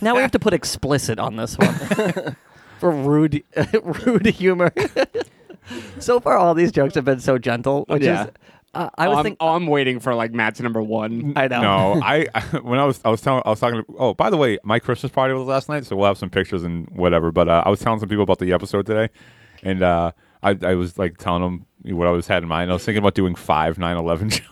Speaker 2: now we have to put explicit on this one for rude rude humor. so far, all these jokes have been so gentle, which
Speaker 3: Yeah.
Speaker 2: is uh,
Speaker 1: Um,
Speaker 3: I'm,
Speaker 2: I
Speaker 3: oh,
Speaker 2: was
Speaker 1: oh,
Speaker 2: thinking.
Speaker 3: I'm waiting for like Matt's number one.
Speaker 2: I know.
Speaker 1: No, I when I was I was telling I was talking. To, oh, by the way, my Christmas party was last night, so we'll have some pictures and whatever. But uh, I was telling some people about the episode today, and uh, I I was like telling them what I was had in mind. I was thinking about doing five 9-11 jokes,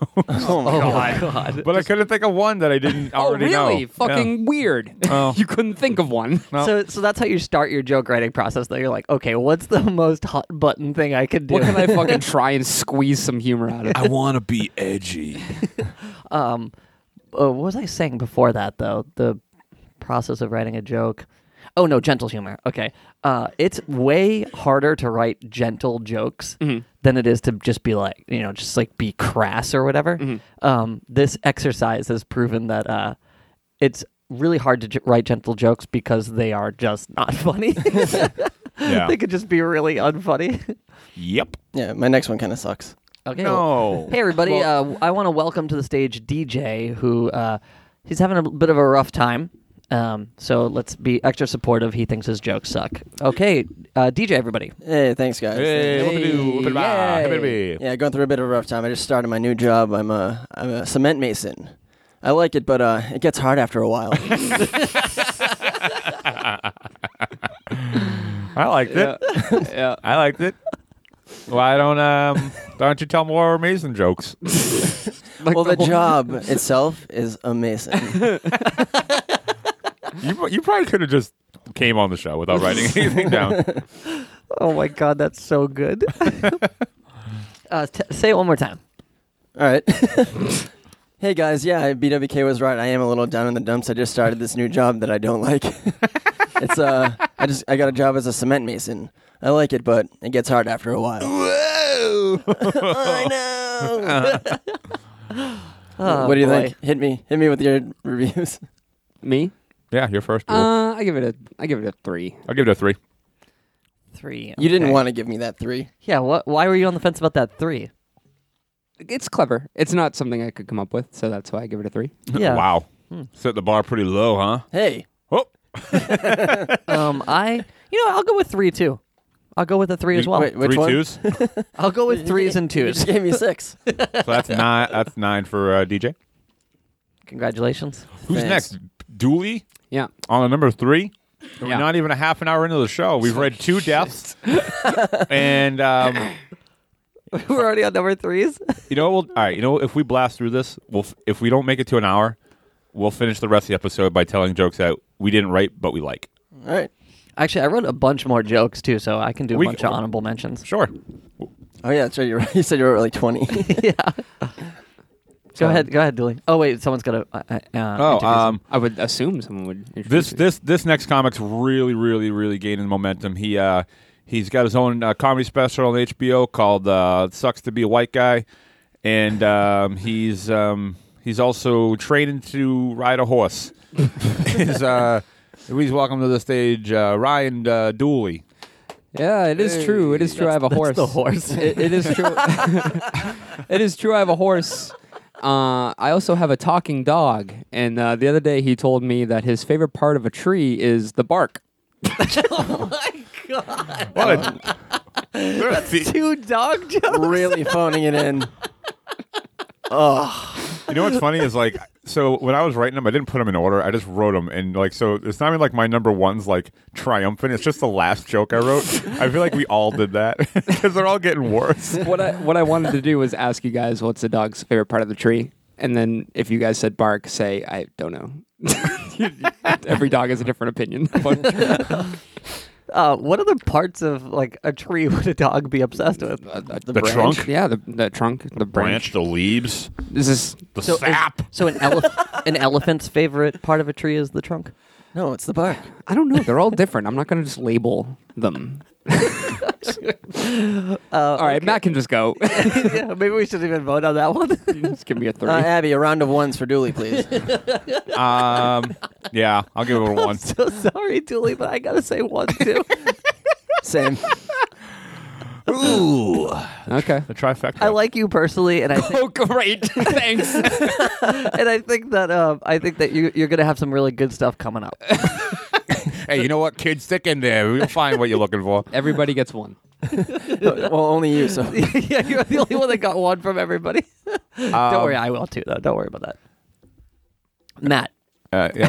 Speaker 4: Oh my
Speaker 2: Oh
Speaker 4: god.
Speaker 2: my god.
Speaker 1: but I couldn't think of one that I didn't
Speaker 3: Oh,
Speaker 1: already know.
Speaker 3: really?
Speaker 1: Yeah.
Speaker 3: Fucking weird.
Speaker 1: Oh.
Speaker 3: you couldn't think of one.
Speaker 1: No.
Speaker 2: So, so that's how you start your joke writing process. Though you're like, okay, what's the most hot button thing I could do?
Speaker 3: What can I fucking try and squeeze some humor out of?
Speaker 5: I want to be edgy.
Speaker 2: um uh, what was i saying before that though the process of writing a joke oh no gentle humor okay uh it's way harder to write gentle jokes than it is to just be like you know just like be crass or whatever um this exercise has proven that uh it's really hard to j- write gentle jokes because they are just not funny
Speaker 1: Yeah.
Speaker 2: they could just be really unfunny
Speaker 1: Yep.
Speaker 4: Yeah, my next one kind of sucks.
Speaker 2: okay well-
Speaker 1: No.
Speaker 2: Hey everybody! uh, I want to welcome to the stage DJ, who uh, he's having a bit of a rough time. Um, so let's be extra supportive. He thinks his jokes suck. Okay, uh, DJ, everybody.
Speaker 4: Hey, thanks guys.
Speaker 1: Hey, whoop-a-doo, whoop-a-da,
Speaker 2: yay.
Speaker 1: whoop-a-dee.
Speaker 4: Yeah, going through a bit of a rough time. I just started my new job. I'm a I'm a cement mason. I like it, but uh, it gets hard after a while.
Speaker 1: I liked it.
Speaker 3: yeah.
Speaker 1: I liked it. Why don't um don't you tell more amazing jokes?
Speaker 3: Like
Speaker 4: well, the
Speaker 3: whole-
Speaker 4: job itself is a mason.
Speaker 1: You you probably could have just came on the show without writing anything down.
Speaker 2: Oh my God, that's so good. uh, t- say it one more time.
Speaker 4: All right. hey guys, yeah, BWK was right. I am a little down in the dumps. I just started this new job that I don't like. it's uh, I just I got a job as a cement mason. I like it, but it gets hard after a while. I know.
Speaker 2: Oh,
Speaker 4: what do you
Speaker 2: boy.
Speaker 4: think? Hit me, hit me with your reviews.
Speaker 3: Me?
Speaker 1: Yeah, your first. rule.
Speaker 2: Um,
Speaker 3: Uh, I give it a I give it a three.
Speaker 1: I'll give it a three.
Speaker 2: Three.
Speaker 4: You didn't
Speaker 2: okay.
Speaker 4: want to give me that three.
Speaker 2: Yeah. What? Why were you on the fence about that three?
Speaker 3: It's clever. It's not something I could come up with, so that's why I give it a three.
Speaker 2: Yeah.
Speaker 1: Wow. Hmm, Set the bar pretty low, huh?
Speaker 4: Hey,
Speaker 1: Oh,
Speaker 2: Um, I. You know, I'll go with three too. I'll go with a three as well.
Speaker 4: wait, which
Speaker 1: three
Speaker 4: one?
Speaker 1: twos. so
Speaker 2: I'll go with threes and
Speaker 4: you
Speaker 2: twos.
Speaker 4: just gave me six.
Speaker 1: that's nine. That's nine for uh, DJ.
Speaker 2: Congratulations.
Speaker 1: Who's
Speaker 4: Thanks.
Speaker 1: next? Dooley
Speaker 3: Yeah.
Speaker 1: on a number three. We're
Speaker 3: Yeah.
Speaker 1: not even a half an hour into the show. We've read two deaths, and um,
Speaker 2: we're already on number threes.
Speaker 1: You know, what we'll, all right. You know, if we blast through this, we'll f- if we don't make it to an hour, we'll finish the rest of the episode by telling jokes that we didn't write but we like.
Speaker 4: All right.
Speaker 2: Actually, I wrote a bunch more jokes too, so I can do a
Speaker 1: We-
Speaker 2: bunch of honorable mentions.
Speaker 1: Sure.
Speaker 4: Oh yeah, that's right. You're right. You said you were like 20.
Speaker 2: yeah. Go ahead, go ahead, Dooley. Oh wait, someone's got to. Uh, uh,
Speaker 1: Oh,
Speaker 2: introduce
Speaker 1: um,
Speaker 3: I would assume someone would. introduce
Speaker 1: this
Speaker 3: it.
Speaker 1: this this next comic's really really really gaining momentum. He uh he's got his own uh, comedy special on HBO called uh, "It "Sucks to Be a White Guy," and um, he's um he's also training to ride a horse. Is uh. Please welcome to the stage uh, Ryan uh, Dooley.
Speaker 3: Yeah, it is true. It is true. I have a horse.
Speaker 2: That's the horse.
Speaker 3: It- it is true. it is true. I have a horse. Uh, I also have a talking dog, and uh, the other day he told me that his favorite part of a tree is the bark.
Speaker 1: What a, what a the-
Speaker 2: Two dog jokes.
Speaker 4: really phoning it in.
Speaker 1: you know what's funny is like, so when I was writing them, I didn't put them in order. I just wrote them, and like, so it's not even like my number one's like triumphant. It's just the last joke I wrote. I feel like we all did that because they're all getting worse.
Speaker 3: What I what I wanted to do was ask you guys what's a dog's favorite part of the tree, and then if you guys said bark, say I don't know. Every dog has a different opinion. But
Speaker 2: Uh, what other parts of like a tree would a dog be obsessed with?
Speaker 3: the
Speaker 1: trunk?
Speaker 3: yeah, the, the trunk, the branch.
Speaker 5: the leaves,
Speaker 3: This is
Speaker 5: the
Speaker 2: So, is- so an elef- an elephant's favorite part of a tree is the trunk.
Speaker 4: No, it's the bark.
Speaker 3: I don't know. They're all different. I'm not going to just label them.
Speaker 1: Oh,
Speaker 3: all right, Matt can just go.
Speaker 2: yeah, maybe we should even vote on that one.
Speaker 3: just give me a three.
Speaker 4: Uh, Abby, a round of ones for Dooley, please.
Speaker 1: Um, yeah, I'll give it a one.
Speaker 2: so sorry, Dooley, but I gotta say one too.
Speaker 4: Same.
Speaker 5: Ooh,
Speaker 3: okay.
Speaker 1: The trifecta.
Speaker 2: I like you personally, and I think,
Speaker 3: Oh, great. Thanks.
Speaker 2: and I think that um, I think that you you're gonna have some really good stuff coming up.
Speaker 1: Hey, you know what, kids? Stick in there. We'll find what you're looking for.
Speaker 3: Everybody gets one.
Speaker 4: well, only you. So
Speaker 2: yeah, you're the only one that got one from everybody. Don't worry, I will too, though. Don't worry about that. Matt,
Speaker 1: Uh, yeah.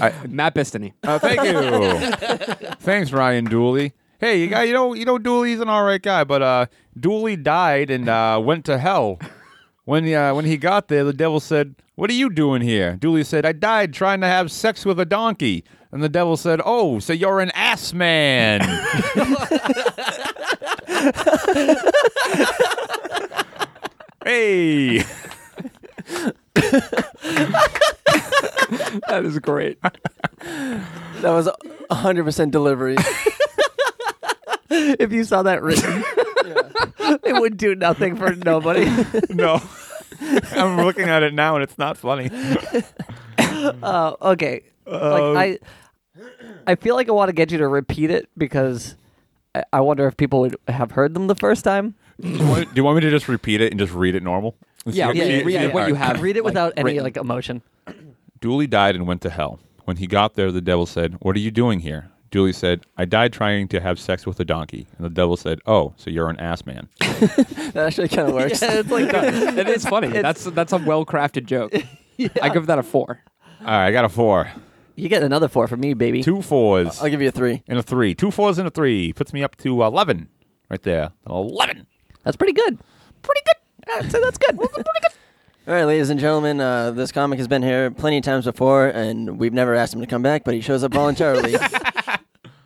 Speaker 1: I,
Speaker 3: Matt Bistany.
Speaker 1: Uh, thank you. Thanks, Ryan Dooley. Hey, you guy, you know, you know, Dooley's an all right guy, but uh, Dooley died and uh, went to hell. When he, uh, when he got there, the devil said, "What are you doing here?" Dooley said, "I died trying to have sex with a donkey." And the devil said, "Oh, so you're an ass man." hey.
Speaker 3: That is great.
Speaker 4: that was 100% delivery.
Speaker 2: if you saw that written, it would do nothing for nobody.
Speaker 1: No. I'm looking at it now and it's not funny.
Speaker 2: Uh, okay,
Speaker 1: Um,
Speaker 2: like I, I feel like I want to get you to repeat it because I, I wonder if people would have heard them the first time.
Speaker 1: Do you, want, do you want me to just repeat it and just read it normal? Let's
Speaker 3: Yeah,
Speaker 1: see what-
Speaker 3: yeah,
Speaker 1: see-
Speaker 3: read
Speaker 1: see-
Speaker 3: it, what
Speaker 1: all
Speaker 3: you
Speaker 1: right.
Speaker 3: have.
Speaker 2: Read it
Speaker 3: like,
Speaker 2: without any
Speaker 3: written.
Speaker 2: like emotion.
Speaker 1: Dooley died and went to hell. When he got there, the devil said, What are you doing here? Dooley said, I died trying to have sex with a donkey. And the devil said, Oh, so you're an ass man.
Speaker 4: That actually kind of works.
Speaker 2: it's like
Speaker 3: It is funny. that's that's a well crafted joke. I give that a four.
Speaker 1: All right, I got a four.
Speaker 2: you get another four from me, baby.
Speaker 1: Two fours
Speaker 3: Uh,
Speaker 4: I'll give you a three.
Speaker 1: and a three. Two fours and a three. Puts me up to 11 right there. 11.
Speaker 2: That's pretty good. Pretty good. I'd say that's good.
Speaker 4: All right, ladies and gentlemen, uh, this comic has been here plenty of times before, and we've never asked him to come back, but he shows up voluntarily.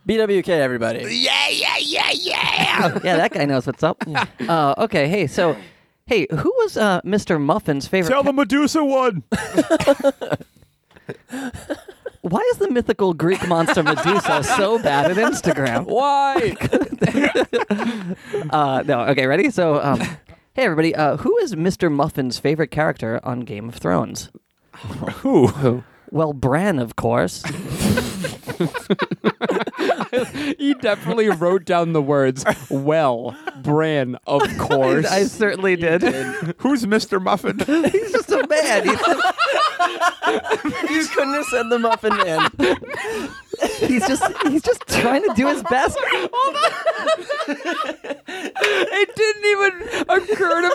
Speaker 4: BWK, everybody.
Speaker 1: Yeah, yeah, yeah, yeah.
Speaker 2: yeah, that guy knows what's up. Uh, okay, hey, so, hey, who was uh, Mr. Muffin's favorite?
Speaker 1: Tell the Medusa one.
Speaker 2: Why is the mythical Greek monster Medusa so bad at Instagram?
Speaker 3: Why?
Speaker 2: Uh, no, okay, ready? So, um, hey, everybody, uh, who is Mr. Muffin's favorite character on Game of Thrones?
Speaker 1: Who?
Speaker 2: Well, Bran, of course.
Speaker 3: he definitely wrote down the words. Well, Bran, of course.
Speaker 2: I certainly did.
Speaker 1: Who's Mr. Muffin?
Speaker 2: He's just a man. He's,
Speaker 4: you couldn't have said the Muffin Man.
Speaker 2: he's just he's just trying to do his best.
Speaker 3: It didn't even occur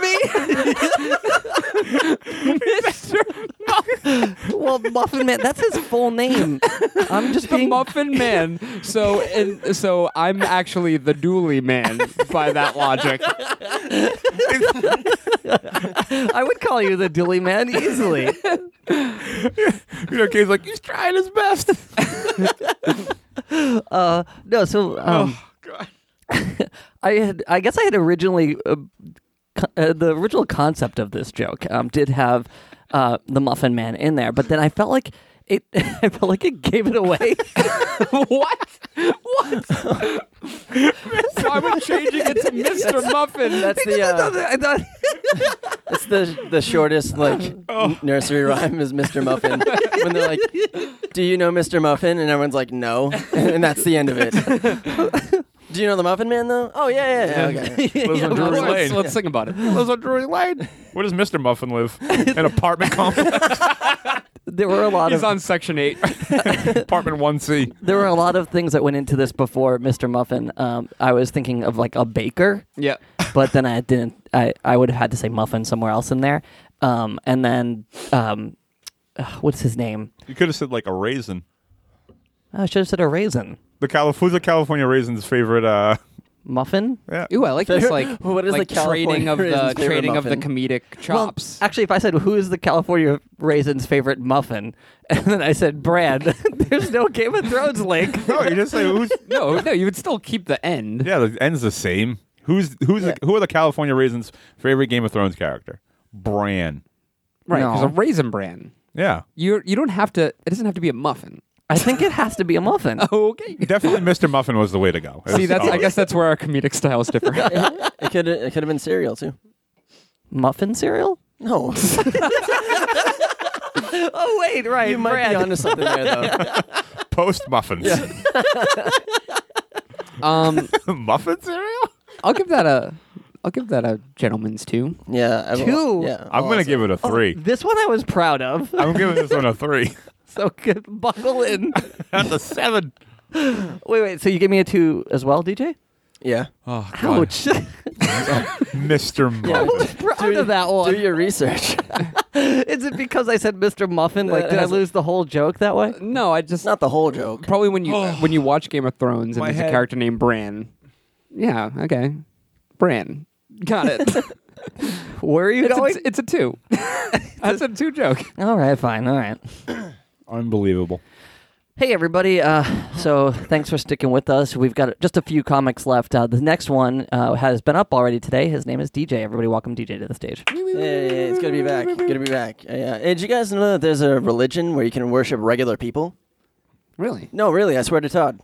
Speaker 3: to me. Mr. Muffin,
Speaker 2: Well, Muffin Man, that's his full name. I'm just
Speaker 3: the
Speaker 2: being
Speaker 3: Muffin Man. So, and, so I'm actually the Dooley Man by that logic.
Speaker 2: I would call you the Dilly Man easily.
Speaker 1: you know, Kate's like, he's trying his best.
Speaker 2: Uh, no, so um,
Speaker 1: God.
Speaker 2: I had, I guess I had originally uh, co- uh, the original concept of this joke um, did have uh, the Muffin Man in there, but then I felt like it, I felt like it gave it away.
Speaker 3: what? What? so I was changing it to Mr. Muffin.
Speaker 4: That's the, uh,
Speaker 2: I thought,
Speaker 4: that's the, the shortest, like,
Speaker 2: Oh.
Speaker 4: n- nursery rhyme is Mr. Muffin. when they're like, do you know Mr. Muffin? And everyone's like, no. and that's the end of it. Do you know the Muffin Man though? Oh yeah, yeah, yeah. Okay.
Speaker 1: Lives on
Speaker 3: Let's,
Speaker 1: Drury
Speaker 3: let's,
Speaker 1: Lane.
Speaker 3: let's think about it.
Speaker 1: Lives on Drury Lane. Where does Mister Muffin live? An apartment complex,
Speaker 2: There were a lot
Speaker 3: He's
Speaker 2: of
Speaker 3: on section eight.
Speaker 1: apartment one C.
Speaker 2: there were a lot of things that went into this before Mr. Muffin. Um, I was thinking of like a baker,
Speaker 3: yeah.
Speaker 2: but then I didn't. I I would have had to say muffin somewhere else in there. Um, and then um, uh, what's his name?
Speaker 1: You could have said like a raisin.
Speaker 2: I should have said a raisin
Speaker 1: The Calif- who's the California raisin's favorite? Uh,
Speaker 2: muffin.
Speaker 1: yeah.
Speaker 3: Ooh, I like this like
Speaker 4: What is
Speaker 3: like
Speaker 4: the
Speaker 3: trading
Speaker 4: California
Speaker 3: of the
Speaker 4: raisin's favorite
Speaker 3: trading of the
Speaker 4: muffin?
Speaker 3: comedic chops.
Speaker 2: Well, actually, if I said who is the California raisin's favorite muffin, and then I said Brad, there's no Game of Thrones link.
Speaker 1: No, you just say who's.
Speaker 3: no, no, you would still keep the end.
Speaker 1: Yeah, the end's the same. Who's who's the, who are the California raisins' favorite Game of Thrones character? Bran.
Speaker 3: Right,
Speaker 2: No.
Speaker 3: because a raisin bran.
Speaker 1: Yeah,
Speaker 3: You you don't have to. It doesn't have to be a muffin.
Speaker 2: I think it has to be a muffin.
Speaker 3: Okay.
Speaker 1: definitely Mister Muffin was the way to go. It
Speaker 3: See,
Speaker 1: was
Speaker 3: that's I
Speaker 1: always-
Speaker 3: guess that's where our comedic styles differ.
Speaker 4: It could it could have been cereal too.
Speaker 2: Muffin cereal?
Speaker 4: No,
Speaker 2: Oh wait, right,
Speaker 4: you might be onto something there though.
Speaker 1: post muffins.
Speaker 3: um,
Speaker 1: Muffin cereal.
Speaker 3: I'll give that a I'll give that a gentleman's two.
Speaker 4: Yeah, I will-
Speaker 2: Two.
Speaker 4: Yeah,
Speaker 1: I'm gonna
Speaker 4: awesome.
Speaker 1: give it a three.
Speaker 2: This one I was proud of.
Speaker 1: I'm giving this one a three.
Speaker 2: So good. buckle in.
Speaker 1: That's a seven.
Speaker 2: Wait, wait. So you gave me a two as well, DJ?
Speaker 4: Yeah,
Speaker 1: Oh, God.
Speaker 2: Ouch. I
Speaker 1: Mister Muffin.
Speaker 2: was proud of that
Speaker 4: do
Speaker 2: one.
Speaker 4: your research.
Speaker 2: Is it because I said Mr. Muffin? Like,
Speaker 4: That
Speaker 2: did I
Speaker 4: has-
Speaker 2: lose the whole joke that way?
Speaker 3: No, I just
Speaker 4: Not the whole joke.
Speaker 3: probably when you uh, when you watch Game of Thrones and
Speaker 1: My
Speaker 3: there's a
Speaker 1: head.
Speaker 3: character named Bran. Yeah. Okay. Bran. Got it.
Speaker 2: Where are you
Speaker 3: it's,
Speaker 2: going?
Speaker 3: a, it's a two. That's a two joke.
Speaker 2: all right, fine. All right.
Speaker 1: Unbelievable.
Speaker 2: Hey everybody! Uh, so thanks for sticking with us. We've got just a few comics left. Uh, the next one uh, has been up already today. His name is DJ. Everybody, welcome DJ to the stage.
Speaker 4: Hey, it's good to be back. Good to be back. Uh, yeah. Hey, did you guys know that there's a religion where you can worship regular people?
Speaker 3: Really?
Speaker 4: No, really, I swear to Todd.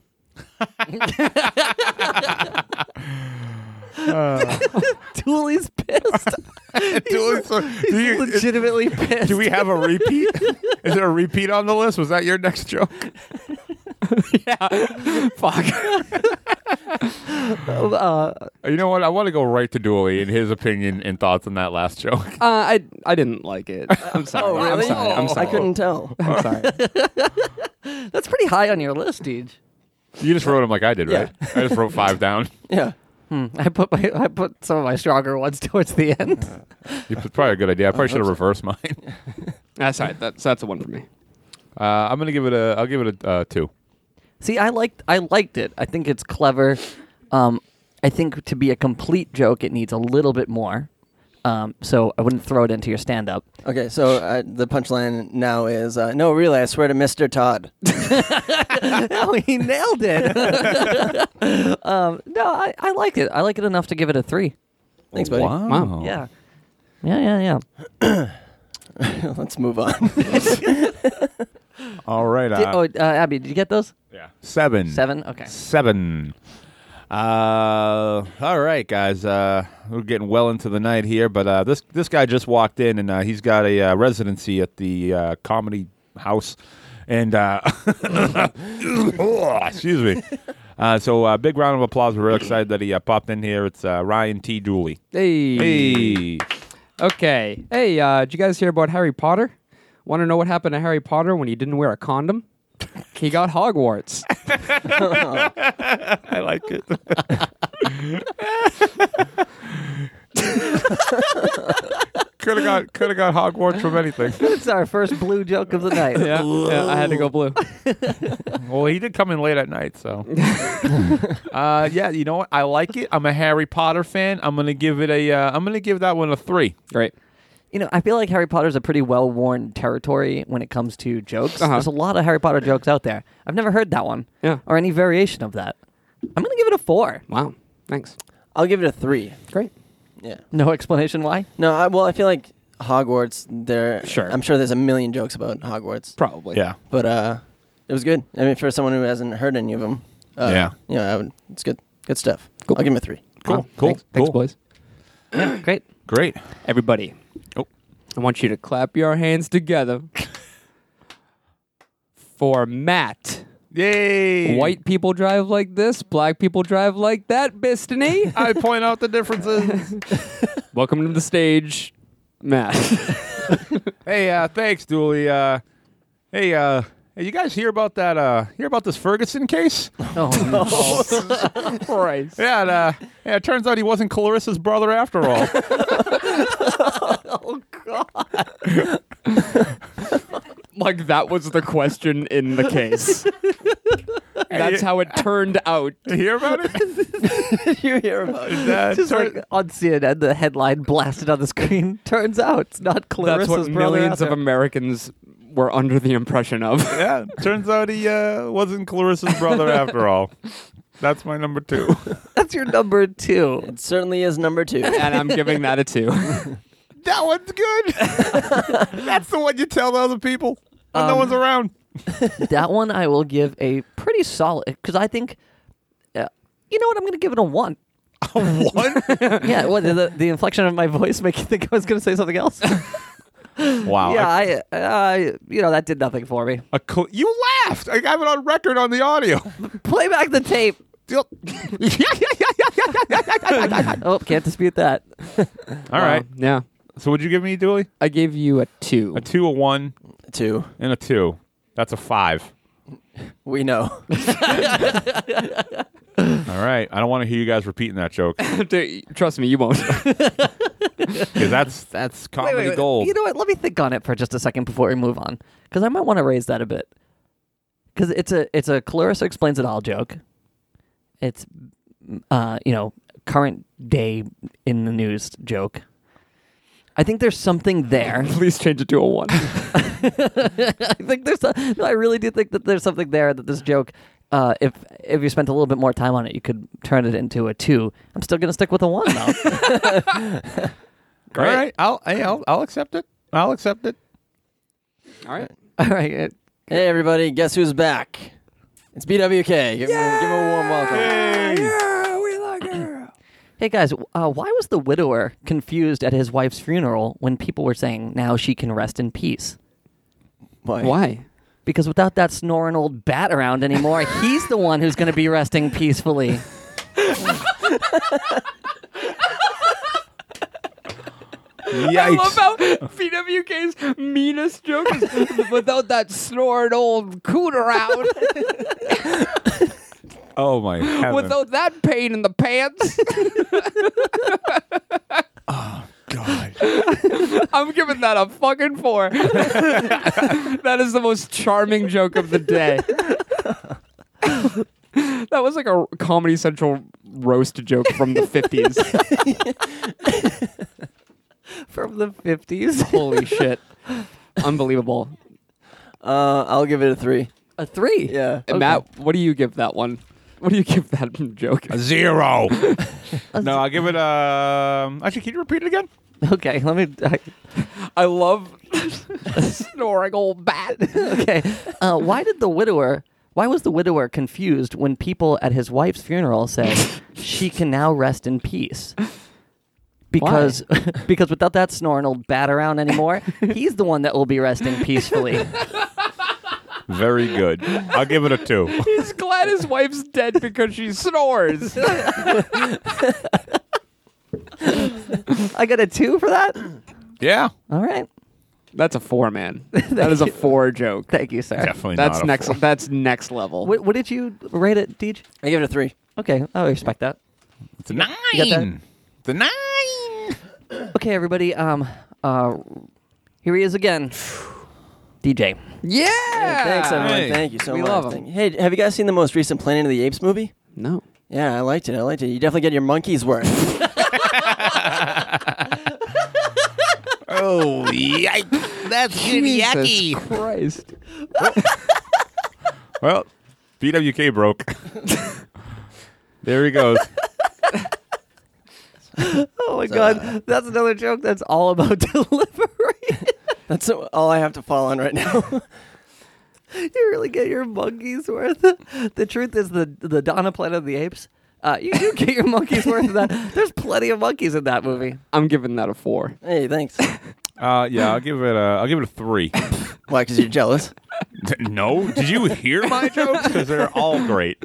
Speaker 2: Dooley's pissed.
Speaker 1: Do, do you-
Speaker 2: legitimately pissed.
Speaker 1: do we have a repeat? Is there a repeat on the list? Was that your next joke?
Speaker 3: yeah. Fuck.
Speaker 2: Uh,
Speaker 1: You know what? I want to go right to Dooley and his opinion and thoughts on that last joke.
Speaker 3: Uh, I I didn't like it. I'm sorry.
Speaker 4: Oh, really?
Speaker 3: I'm sorry. I'm sorry.
Speaker 4: I couldn't tell.
Speaker 3: I'm sorry.
Speaker 2: that's pretty high on your list, Deej.
Speaker 1: You just wrote them like I did,
Speaker 4: Yeah.
Speaker 1: right? I just wrote five down.
Speaker 4: Yeah.
Speaker 2: Hmm. I put my I put some of my stronger ones towards the end.
Speaker 1: It's probably a good idea. I probably should have reversed mine.
Speaker 3: That's all right. That's that's a one for me.
Speaker 1: Uh, I'm gonna give it a. I'll give it a uh, two.
Speaker 2: See, I liked I liked it. I think it's clever. Um, I think to be a complete joke, it needs a little bit more. Um, so I wouldn't throw it into your stand up.
Speaker 4: Okay, so uh, the punchline now is uh, no, really, I swear to Mr. Todd.
Speaker 2: oh, he nailed it. um, no, I, I like it. I like it enough to give it a three.
Speaker 4: Thanks, buddy.
Speaker 3: Wow.
Speaker 2: Yeah. Yeah, yeah, yeah.
Speaker 4: Let's move on.
Speaker 1: All right.
Speaker 2: Did-
Speaker 1: uh,
Speaker 2: oh, uh, Abby, did you get those?
Speaker 1: yeah. Seven.
Speaker 2: Seven? Okay.
Speaker 1: Seven. Uh, all right, guys. Uh, we're getting well into the night here, but uh, this this guy just walked in, and uh, he's got a uh, residency at the uh, comedy house, and uh, excuse me. Uh, so, uh, big round of applause. We're real excited that he uh, popped in here. It's uh, Ryan T. Dooley.
Speaker 3: Hey.
Speaker 1: Hey,
Speaker 3: Okay. Hey, uh, did you guys hear about Harry Potter? Want to know what happened to Harry Potter when he didn't wear a condom? He got Hogwarts.
Speaker 1: I like it. could have got could have got Hogwarts from anything.
Speaker 2: It's our first blue joke of the night.
Speaker 3: yeah, yeah, I had to go blue.
Speaker 1: Well, he did come in late at night, so. uh, yeah, you know what? I like it. I'm a Harry Potter fan. I'm gonna give it a. Uh, I'm gonna give that one a three.
Speaker 3: Great.
Speaker 2: You know, I feel like Harry Potter's a pretty well worn territory when it comes to jokes.
Speaker 3: Uh-huh.
Speaker 2: There's a lot of Harry Potter jokes out there. I've never heard that one
Speaker 3: Yeah.
Speaker 2: or any variation of that. I'm going to give it a four.
Speaker 3: Wow. Thanks.
Speaker 4: I'll give it a three.
Speaker 3: Great.
Speaker 4: Yeah.
Speaker 2: No explanation why?
Speaker 4: No, I, well, I feel like Hogwarts, there.
Speaker 3: Sure.
Speaker 4: I'm sure there's a million jokes about Hogwarts.
Speaker 3: Probably.
Speaker 4: But uh, it was good. I mean, for someone who hasn't heard any of them, uh,
Speaker 1: Yeah.
Speaker 4: you know, I would, it's good. Good stuff.
Speaker 3: Cool.
Speaker 4: I'll give him a three.
Speaker 1: Cool.
Speaker 3: Wow.
Speaker 1: Cool.
Speaker 3: Thanks, thanks
Speaker 1: Cool.
Speaker 3: boys.
Speaker 2: Yeah, great.
Speaker 1: Great.
Speaker 3: Everybody,
Speaker 1: Oh,
Speaker 3: I want you to clap your hands together for Matt
Speaker 1: Yay!
Speaker 3: White people drive like this, black people drive like that, Bistany.
Speaker 1: I point out the differences.
Speaker 3: Welcome to the stage, Matt.
Speaker 1: hey, uh, thanks, Dooley. Uh, hey, uh, hey, you guys hear about that? Uh, hear about this Ferguson case?
Speaker 2: Oh, no.
Speaker 3: Christ.
Speaker 1: Yeah, and, uh, yeah. It turns out he wasn't Clarissa's brother after all.
Speaker 3: Like that was the question in the case. That's how it turned out.
Speaker 1: you hear about it?
Speaker 4: Did you hear about it?
Speaker 1: Uh,
Speaker 2: Just
Speaker 1: turn-
Speaker 2: like on CNN, the headline blasted on the screen. Turns out it's not Clarissa's
Speaker 3: That's what
Speaker 2: brother.
Speaker 3: millions of
Speaker 2: after-
Speaker 3: Americans were under the impression of.
Speaker 1: yeah, turns out he uh, wasn't Clarissa's brother after all. That's my number two.
Speaker 2: That's your number two.
Speaker 4: It certainly is number two.
Speaker 3: and I'm giving that a two.
Speaker 1: that one's good. That's the one you tell the other people when no one's around.
Speaker 2: that one I will give a pretty solid because I think, uh, you know what, I'm going to give it a one.
Speaker 1: One.
Speaker 2: Yeah, what, did the, the inflection of my voice make you think I was going to say something else?
Speaker 1: Wow.
Speaker 2: yeah, I, I, you know, that did nothing for me.
Speaker 1: A cl- you laughed. I have it on record on the audio.
Speaker 2: Play back the tape.
Speaker 1: All right.
Speaker 2: Oh, can't dispute that.
Speaker 3: Um,
Speaker 1: Um,
Speaker 3: Yeah.
Speaker 1: So would you give me Dooley?
Speaker 3: I gave you a two.
Speaker 1: A two, a one,
Speaker 4: two.
Speaker 1: and a two. That's a five.
Speaker 4: We know.
Speaker 1: All right. I don't want to hear you guys repeating that joke
Speaker 3: Dude, Trust me, you won't.
Speaker 1: because that's that's comedy gold.
Speaker 2: You know what? Let me think on it for just a second before we move on, because I might want to raise that a bit. Because it's a it's a Clarissa explains it all joke. It's, uh, you know, current day in the news joke. I think there's something there.
Speaker 3: Please change it to a one.
Speaker 2: I think there's a, no, I really do think that there's something there that this joke. Uh, if if you spent a little bit more time on it, you could turn it into a two. I'm still gonna stick with a one though.
Speaker 1: All right. I'll, hey, I'll I'll accept it. I'll accept it.
Speaker 3: All right.
Speaker 2: all right, it-
Speaker 4: hey, everybody, guess who's back? It's BWK. Give, him, give him a warm welcome.
Speaker 2: Hey guys, uh, why was the widower confused at his wife's funeral when people were saying now she can rest in peace?
Speaker 4: Why?
Speaker 3: Why?
Speaker 2: Because without that snoring old bat around anymore, he's the one who's going to be resting peacefully.
Speaker 3: I
Speaker 1: Yikes.
Speaker 3: love how PWK's meanest joke is without that snored old coot around,
Speaker 1: oh my heaven.
Speaker 3: without that pain in the pants.
Speaker 1: God.
Speaker 3: I'm giving that a fucking four. that is the most charming joke of the day. that was like a Comedy Central roast joke from the 50s.
Speaker 2: From the 50s.
Speaker 3: Holy shit. Unbelievable.
Speaker 4: Uh, I'll give it a three.
Speaker 2: A three.
Speaker 4: Yeah.
Speaker 3: And Matt, what do you give that one? What do you give that joke?
Speaker 1: A zero. no, I'll give it um actually can you repeat it again?
Speaker 2: Okay, let me. I,
Speaker 3: I love snoring old bat.
Speaker 2: okay. Uh, why did the widower. Why was the widower confused when people at his wife's funeral said she can now rest in peace? Because because without that snoring old bat around anymore, he's the one that will be resting peacefully.
Speaker 1: Very good. I'll give it a two.
Speaker 3: He's glad his wife's dead because she snores.
Speaker 2: I got a two for that.
Speaker 1: Yeah.
Speaker 2: All right.
Speaker 3: That's a four, man. That is a four joke.
Speaker 2: Thank you, sir.
Speaker 1: Definitely
Speaker 3: That's
Speaker 1: not a
Speaker 3: next.
Speaker 1: four.
Speaker 3: That's next level.
Speaker 2: What, what did you rate it, Deej?
Speaker 4: I give it a three.
Speaker 2: Okay, I respect that.
Speaker 1: It's a nine.
Speaker 2: got that?
Speaker 1: It's a nine.
Speaker 2: Okay, everybody. Um, uh, here he is again, DJ.
Speaker 3: Yeah.
Speaker 4: Thanks, everyone.
Speaker 1: Hey.
Speaker 4: Thank you so
Speaker 3: Ah. We
Speaker 4: much.
Speaker 3: love 'em.
Speaker 4: Thank- Hey, have you guys seen the most recent Planet of the Apes movie?
Speaker 3: No.
Speaker 4: Yeah, I liked it. I liked it. You definitely get your monkey's worth.
Speaker 1: Oh, yikes. That's
Speaker 3: Jesus Christ.
Speaker 1: Well, BWK broke. there he goes.
Speaker 2: Oh my God, that's another joke that's all about delivery.
Speaker 4: That's all I have to fall on right now.
Speaker 2: you really get your monkey's worth. The truth is, the the Donna Planet of the Apes. Uh, you do get your monkey's worth of that. There's plenty of monkeys in that movie.
Speaker 3: I'm giving that a four.
Speaker 4: hey, thanks.
Speaker 1: Uh, yeah, I'll give it a. I'll give it a three.
Speaker 4: Why? Because you're jealous.
Speaker 1: no, did you hear my jokes? Because they're all great.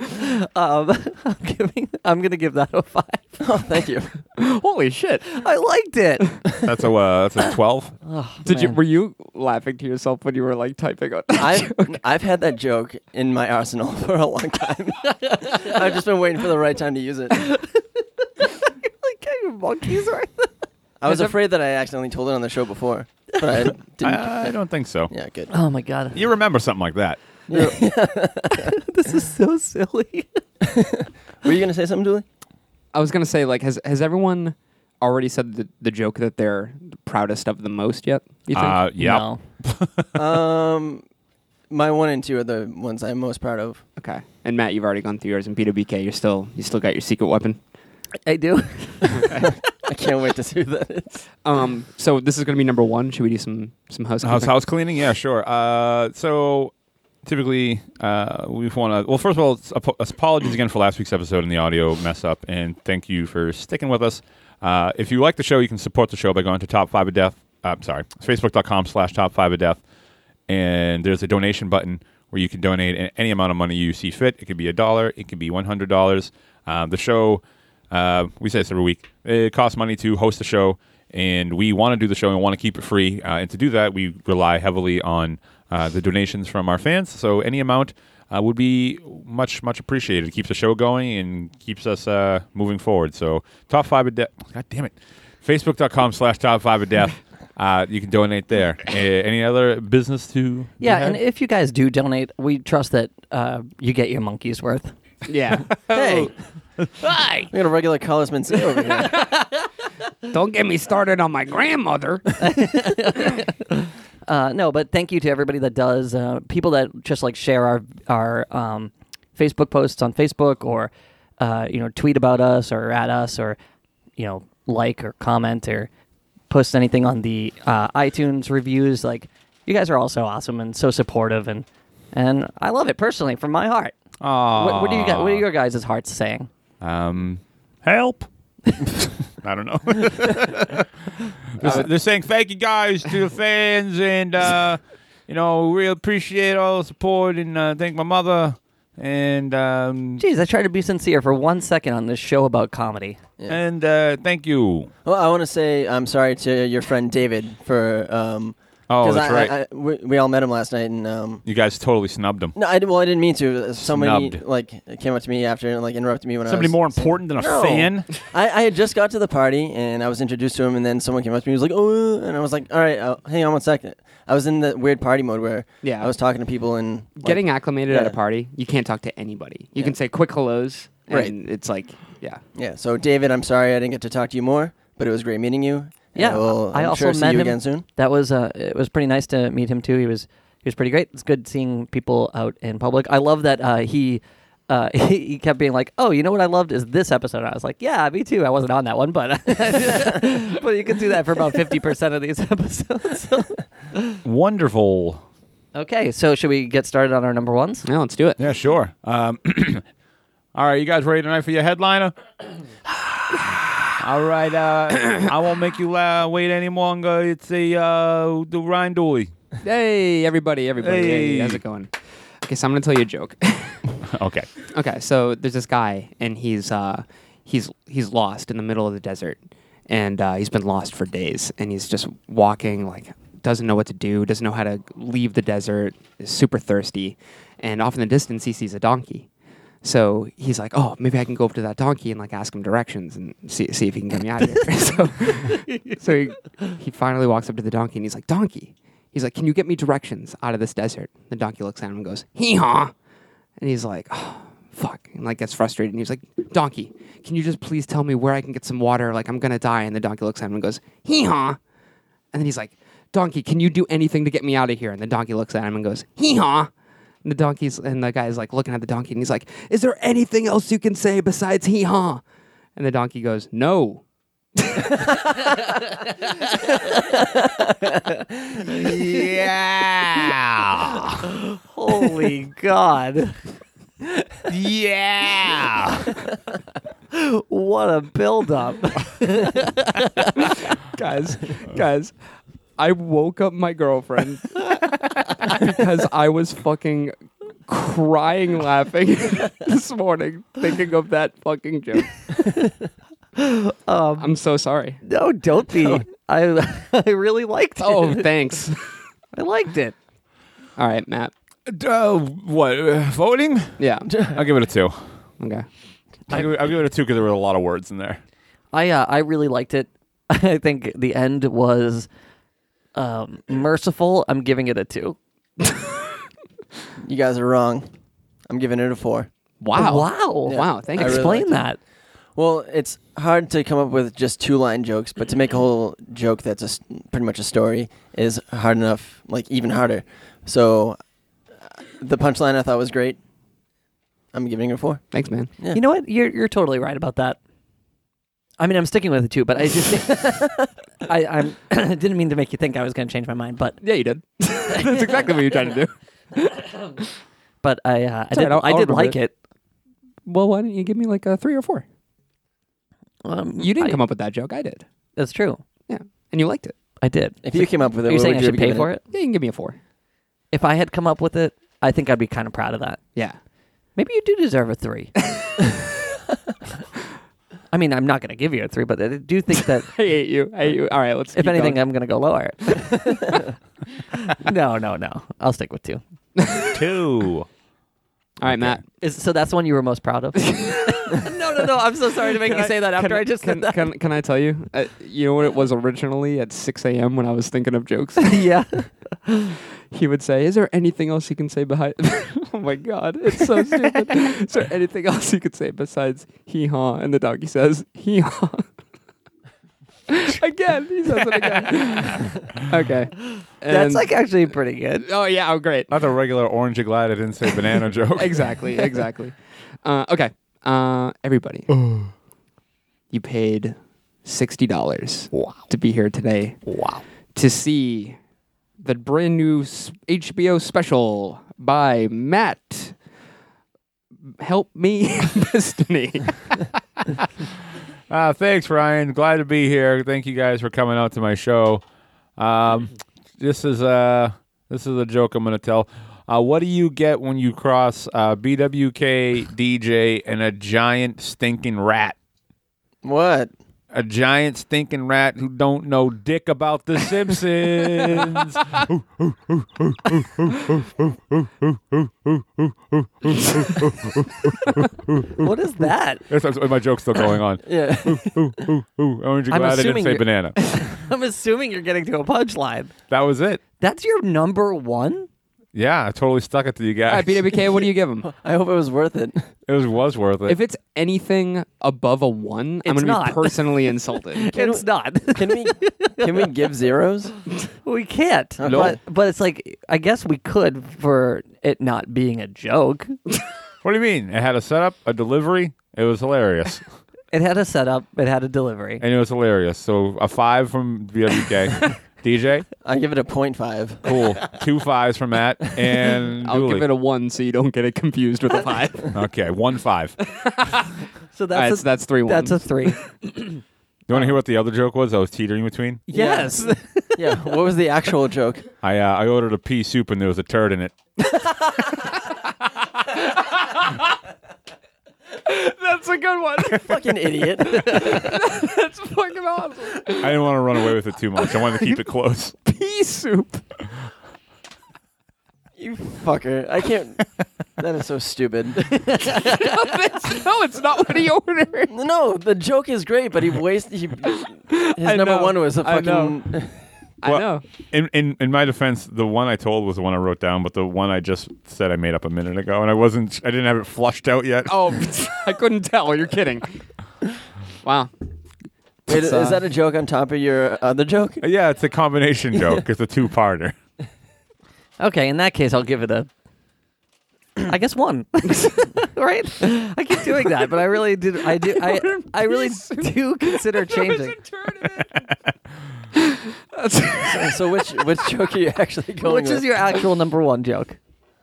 Speaker 2: Um, I'm giving. I'm gonna give that a five.
Speaker 4: oh, thank you.
Speaker 3: Holy shit!
Speaker 2: I liked it.
Speaker 1: That's a uh, that's a twelve.
Speaker 3: Did you
Speaker 2: Man.
Speaker 3: were you laughing to yourself when you were like typing on?
Speaker 4: I've, I've had that joke in my arsenal for a long time. I've just been waiting for the right time to use it.
Speaker 2: like are you monkeys right?
Speaker 4: I was afraid that I accidentally told it on the show before, but I didn't.
Speaker 1: I, I don't think so.
Speaker 4: yeah, good.
Speaker 2: Oh my god,
Speaker 1: You remember something like that?
Speaker 2: this is so silly.
Speaker 4: Were you gonna say something, Julie?
Speaker 3: I was gonna say like has has everyone already said the, the joke that they're proudest of the most yet? You think?
Speaker 1: Uh, yeah.
Speaker 2: No.
Speaker 4: Um, my one and two are the ones I'm most proud of.
Speaker 3: okay. And Matt, you've already gone through yours, and BK, you're still you still got your secret weapon.
Speaker 2: I do.
Speaker 4: I can't wait to see who that is.
Speaker 3: Um, so this is gonna be number one. Should we do some some housekeeping?
Speaker 1: House house cleaning, yeah, sure. Uh, so typically, uh, we want to. Well, first of all, it's apo- it's apologies again for last week's episode and the audio mess up, and thank you for sticking with us. Uh, if you like the show, you can support the show by going to Top Five of Death. uh, I'm sorry, it's Facebook.com slash Top Five of Death, and there's a donation button where you can donate a- any amount of money you see fit. It could be a dollar, it could be one hundred dollars. Um, the show, uh, we say this every week. It costs money to host the show and we want to do the show and want to keep it free. Uh, and to do that, we rely heavily on uh, the donations from our fans. So any amount uh, would be much, much appreciated. It keeps the show going and keeps us uh, moving forward. So top five of death. God damn it. Facebook.com slash top five of death. Uh, you can donate there. Uh, any other business to? be
Speaker 2: Yeah,
Speaker 1: had?
Speaker 2: and if you guys do donate, we trust that uh, you get your monkey's worth.
Speaker 3: yeah.
Speaker 4: Hey,
Speaker 2: Bye.
Speaker 4: we got a regular Collisman sit over here.
Speaker 3: Don't get me started on my grandmother.
Speaker 2: Uh, no, but thank you to everybody that does. Uh, people that just like share our our um, Facebook posts on Facebook, or uh, you know, tweet about us, or at us, or you know, like or comment or post anything on the uh, iTunes reviews. Like, you guys are all so awesome and so supportive, and and I love it personally from my heart.
Speaker 1: Aw.
Speaker 2: What, what do you got? What are your guys' hearts saying?
Speaker 1: Um, help. I don't know. they're, they're saying thank you guys to the fans, and uh, you know we appreciate all the support, and uh, thank my mother, and um,
Speaker 2: Jeez, I tried to be sincere for one second on this show about comedy.
Speaker 1: and uh, thank you.
Speaker 4: Well, I want to say I'm sorry to your friend David for. Um,
Speaker 1: Oh,
Speaker 4: 'cause
Speaker 1: that's
Speaker 4: I-
Speaker 1: right.
Speaker 4: I- I- we, we all met him last night, and um,
Speaker 1: You guys totally snubbed him.
Speaker 4: no, I didn't- well, I didn't mean to. Uh, Somebody
Speaker 1: Snubbed.
Speaker 4: like came up to me after and like interrupted me when
Speaker 1: Somebody
Speaker 4: I
Speaker 1: more
Speaker 4: was.
Speaker 1: important than a
Speaker 4: No.
Speaker 1: fan.
Speaker 4: I, I had just got to the party and I was introduced to him, and then someone came up to me. He was like, "Oh," and I was like, "All right, uh, hang on one second. I was in the weird party mode where
Speaker 3: Yeah.
Speaker 4: I was talking to people and like,
Speaker 3: Getting acclimated at a
Speaker 4: Yeah.
Speaker 3: party, you can't talk to anybody. You
Speaker 4: Yeah.
Speaker 3: can say quick hellos, and
Speaker 4: Right.
Speaker 3: it's like, yeah.
Speaker 4: Yeah. So David, I'm sorry I didn't get to talk to you more, but it was great meeting you. and
Speaker 2: Yeah,
Speaker 4: I will,
Speaker 2: I
Speaker 4: I'm
Speaker 2: also
Speaker 4: sure see
Speaker 2: met
Speaker 4: you
Speaker 2: him-
Speaker 4: again soon.
Speaker 2: That was uh, it was pretty nice to meet him too. He was he was pretty great. It's good seeing people out in public. I love that uh, he. Uh, he, he kept being like, "Oh, you know what I loved is this episode." And I was like, "Yeah, me too." I wasn't on that one, but but you can do that for about fifty percent of these episodes.
Speaker 1: Wonderful.
Speaker 2: okay, so should we get started on our number ones?
Speaker 3: Yeah, let's do it.
Speaker 1: Yeah, sure. Um, all right, you guys ready tonight for your headliner? all right, uh, I won't make you uh, wait any longer. It's a uh, the Ryan Dooley.
Speaker 3: Hey, everybody, everybody. Hey.
Speaker 1: Hey.
Speaker 3: how's it going? Okay, so I'm going to tell you a joke.
Speaker 1: okay.
Speaker 3: okay, so there's this guy, and he's uh, he's he's lost in the middle of the desert, and uh, he's been lost for days, and he's just walking like doesn't know what to do, doesn't know how to leave the desert, is super thirsty, and off in the distance he sees a donkey. So he's like, "Oh, maybe I can go up to that donkey and like ask him directions and see see if he can get me out of here." so, so he, he finally walks up to the donkey and he's like, "Donkey," he's like, "Can you get me directions out of this desert?" The donkey looks at him and goes, "Hee haw," and he's like, "Oh, fuck," and like gets frustrated and he's like, "Donkey, can you just please tell me where I can get some water? Like I'm gonna die." And the donkey looks at him and goes, "Hee haw," and then he's like, "Donkey, can you do anything to get me out of here?" And the donkey looks at him and goes, "Hee haw." And the donkey's and the guy's like looking at the donkey and he's like, "Is there anything else you can say besides hee haw?" And the donkey goes, "No."
Speaker 1: Yeah.
Speaker 2: Holy God,
Speaker 1: yeah.
Speaker 2: what a buildup!
Speaker 3: Guys, guys, I woke up my girlfriend because I was fucking crying laughing this morning thinking of that fucking joke.
Speaker 2: Um,
Speaker 3: I'm so sorry.
Speaker 2: No, don't be. I I really liked it.
Speaker 3: Oh, thanks.
Speaker 2: I liked it.
Speaker 3: All right, Matt.
Speaker 1: Uh, what uh, voting?
Speaker 3: Yeah.
Speaker 1: I'll give it a two.
Speaker 3: Okay.
Speaker 1: I'll give, I'll give it a two because there were a lot of words in there.
Speaker 2: I uh, I really liked it. I think the end was um, merciful. I'm giving it a two.
Speaker 4: You guys are wrong. I'm giving it a four.
Speaker 3: Wow.
Speaker 2: Wow.
Speaker 3: Wow. Thank you.
Speaker 4: I really
Speaker 2: Explain
Speaker 4: liked
Speaker 2: that.
Speaker 4: it. Well, it's hard to come up with just two line jokes, but to make a whole joke that's a s pretty much a story is hard enough, like even harder. So uh, the punchline I thought was great. I'm giving it a four.
Speaker 3: Thanks, man.
Speaker 4: Yeah.
Speaker 2: You know what? You're you're totally right about that. I mean, I'm sticking with it too, but I just I I'm, didn't mean to make you think I was going to change my mind, but
Speaker 3: Yeah, you did. That's exactly what you're trying to do.
Speaker 2: but I uh, I
Speaker 3: all right,
Speaker 2: did
Speaker 3: I'll-
Speaker 2: I
Speaker 3: I'll
Speaker 2: did
Speaker 3: remember
Speaker 2: like it.
Speaker 3: Well, why didn't you give me like a three or four?
Speaker 2: Um,
Speaker 3: You didn't
Speaker 2: I-
Speaker 3: come up with that joke. I did.
Speaker 2: That's true.
Speaker 3: Yeah. And you liked it.
Speaker 2: I did.
Speaker 4: If you came up with it,
Speaker 2: Are you
Speaker 4: what
Speaker 2: saying
Speaker 4: would
Speaker 2: I
Speaker 4: you
Speaker 2: should
Speaker 4: have
Speaker 2: pay
Speaker 4: given
Speaker 2: for
Speaker 4: it?
Speaker 2: it?
Speaker 3: Yeah, you can give me a four.
Speaker 2: If I had come up with it, I think I'd be kind of proud of that.
Speaker 3: Yeah.
Speaker 2: Maybe you do deserve a three. I mean, I'm not going to give you a three, but I do think that
Speaker 3: I hate you. I hate you. All right, let's.
Speaker 2: if
Speaker 3: keep
Speaker 2: anything,
Speaker 3: going.
Speaker 2: I'm going to go lower. no, no, no. I'll stick with two.
Speaker 1: Two.
Speaker 2: uh,
Speaker 3: all right, Matt.
Speaker 2: Is, so that's the one you were most proud of? no, no, no. I'm so sorry to make you say that after
Speaker 3: Can
Speaker 2: I, just
Speaker 3: can,
Speaker 2: said that.
Speaker 3: Can, can I tell you? Uh, you know what it was originally at 6 a.m. when I was thinking of jokes?
Speaker 2: yeah.
Speaker 3: he would say, Is there anything else you can say behind. oh my God, it's so stupid. Is there anything else you could say besides hee haw? And the doggy says, Hee haw. again, he says it again. okay.
Speaker 2: That's
Speaker 3: And-
Speaker 2: like actually pretty good.
Speaker 3: Oh, yeah, oh, great.
Speaker 1: Not the regular orange. you glad I didn't say banana joke.
Speaker 3: exactly, exactly. Uh, okay, uh, everybody, you paid sixty dollars to be here today. Wow! To see the brand new s- HBO special by Matt. Help me, Destiny.
Speaker 1: Uh, thanks, Ryan. Glad to be here. Thank you guys for coming out to my show. Um, this is a this is a joke I'm going to tell. Uh, what do you get when you cross uh, BWK DJ and a giant stinking rat?
Speaker 4: What?
Speaker 1: A giant stinking rat who don't know dick about the Simpsons.
Speaker 2: What is that?
Speaker 1: That's- that's- my joke's still going on.
Speaker 4: Yeah.
Speaker 1: Ooh, orange you
Speaker 2: I'm
Speaker 1: glad I didn't
Speaker 2: assuming
Speaker 1: say
Speaker 2: you're-
Speaker 1: banana.
Speaker 2: I'm assuming you're getting to a punchline.
Speaker 1: That was it.
Speaker 2: That's your number one?
Speaker 1: Yeah, I totally stuck it to you
Speaker 3: All
Speaker 1: guys.
Speaker 3: right, BWK, what do you give him?
Speaker 4: I hope it was worth it.
Speaker 1: It was, was worth it.
Speaker 3: If it's anything above a one, I'm
Speaker 2: It's
Speaker 3: going to
Speaker 2: not.
Speaker 3: be personally insulted.
Speaker 2: It's not.
Speaker 4: Can we can we give zeros?
Speaker 2: we can't.
Speaker 4: No.
Speaker 2: But, but it's like, I guess we could for it not being a joke.
Speaker 1: What do you mean? It had a setup, a delivery. It was hilarious,
Speaker 2: It had a setup, it had a delivery.
Speaker 1: and it was hilarious. So a five from VWK, DJ,
Speaker 4: I give it a point five.
Speaker 1: cool. Two fives from Matt and
Speaker 3: I'll
Speaker 1: Dooley.
Speaker 3: give it a one so you don't get it confused with a five.
Speaker 1: okay, one five. You
Speaker 2: So
Speaker 3: All right,
Speaker 2: that's,
Speaker 3: so
Speaker 2: a,
Speaker 3: that's three ones.
Speaker 2: that's a three.
Speaker 1: want to hear what the other joke was? I was teetering between.
Speaker 2: yes.
Speaker 4: Yeah. What was the actual joke?
Speaker 1: I uh, I ordered a pea soup and there was a turd in it.
Speaker 3: That's a good one.
Speaker 4: Fucking idiot.
Speaker 3: That's fucking awesome.
Speaker 1: I didn't want to run away with it too much. I wanted to keep it close.
Speaker 3: Pea soup.
Speaker 4: You fucker. I can't. That is so stupid.
Speaker 3: That's- no, it's not what he ordered.
Speaker 4: No, the joke is great, but he wasted. He, his number
Speaker 3: know,
Speaker 4: one was a
Speaker 3: I know.
Speaker 4: fucking.
Speaker 3: I
Speaker 1: Well-
Speaker 3: know.
Speaker 1: In, in in my defense, the one I told was the one I wrote down, but the one I just said I made up a minute ago, and I wasn't. I didn't have it flushed out yet.
Speaker 3: Oh, I couldn't tell. You're kidding. Wow.
Speaker 4: Wait,
Speaker 3: It's,
Speaker 4: is
Speaker 3: uh,
Speaker 4: that a joke on top of your other joke?
Speaker 1: Yeah, it's a combination joke. It's a two parter.
Speaker 2: Okay, in that case, I'll give it a. I guess one, right? I keep doing that, but I really did. I do. I, I really do consider changing.
Speaker 4: so which which joke are you actually going
Speaker 2: Which is
Speaker 4: with?
Speaker 2: your actual number one joke?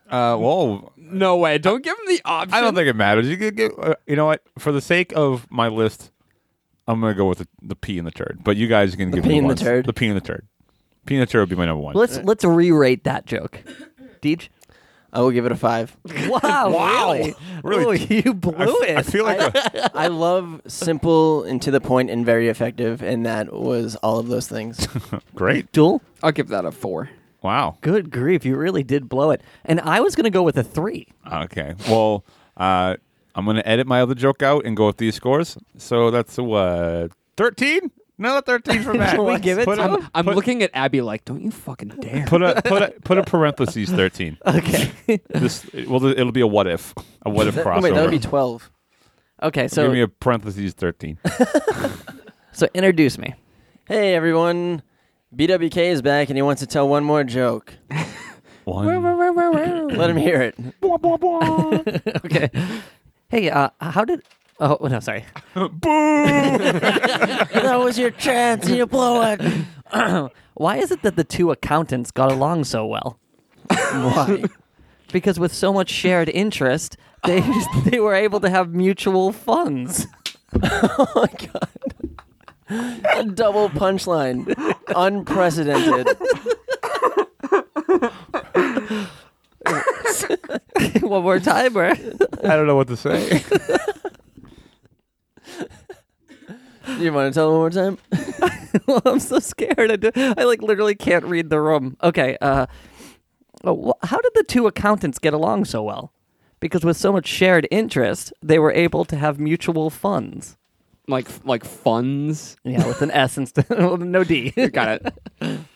Speaker 1: Uh, well,
Speaker 3: no way. Don't give him the option.
Speaker 1: I don't think it matters. You could get, uh, you know what? For the sake of my list, I'm gonna go with the, the P and the turd. But you guys can give
Speaker 4: pea
Speaker 1: me
Speaker 4: and the
Speaker 1: ones.
Speaker 4: turd?
Speaker 1: Uh, The P and the turd. P and the turd would be my number one.
Speaker 2: Let's let's re-rate that joke. Deej?
Speaker 4: I will give it a five.
Speaker 2: Wow.
Speaker 1: Wow.
Speaker 2: Really?
Speaker 1: Really?
Speaker 2: Ooh, you blew
Speaker 1: I f-
Speaker 2: it.
Speaker 1: I feel like a-
Speaker 4: I love simple and to the point and very effective, and that was all of those things.
Speaker 1: great.
Speaker 2: Duel?
Speaker 3: I'll give that a four.
Speaker 1: Wow.
Speaker 2: Good grief. You really did blow it. And I was going to go with a three.
Speaker 1: Okay. Well, uh, I'm going to edit my other joke out and go with these scores. So that's a what? 13? No, 13 for Matt.
Speaker 2: Can we give it
Speaker 1: put
Speaker 2: to
Speaker 1: a,
Speaker 2: him?
Speaker 3: I'm
Speaker 1: put-
Speaker 3: looking at Abby like, don't you fucking dare.
Speaker 1: Put a put a put a parentheses thirteen.
Speaker 2: Okay.
Speaker 1: This it- well, it'll be a what if a what if crossover.
Speaker 4: Wait, that would be twelve.
Speaker 2: okay.
Speaker 1: Give me
Speaker 2: So,
Speaker 1: a parentheses thirteen.
Speaker 2: so introduce me.
Speaker 4: Hey everyone, BWK is back, and he wants to tell one more joke.
Speaker 1: One.
Speaker 4: Let him hear it.
Speaker 2: Okay. hey, uh, how did. Oh, no, sorry.
Speaker 4: that was your chance, and you blow it.
Speaker 2: Why is it that the two accountants got along so well?
Speaker 4: Why?
Speaker 2: Because with so much shared interest, they, they were able to have mutual funds.
Speaker 4: Oh my god. A double punchline. Unprecedented.
Speaker 2: One more time, or
Speaker 1: I don't know what to say.
Speaker 4: You want to tell him one more time?
Speaker 2: well, I'm so scared. I, do, I like literally can't read the room. Okay. Uh, oh, wh- how did the two accountants get along so well? Because with so much shared interest, they were able to have mutual funds.
Speaker 3: like like funds.
Speaker 2: Yeah, with an S instead, no D.
Speaker 3: Got it.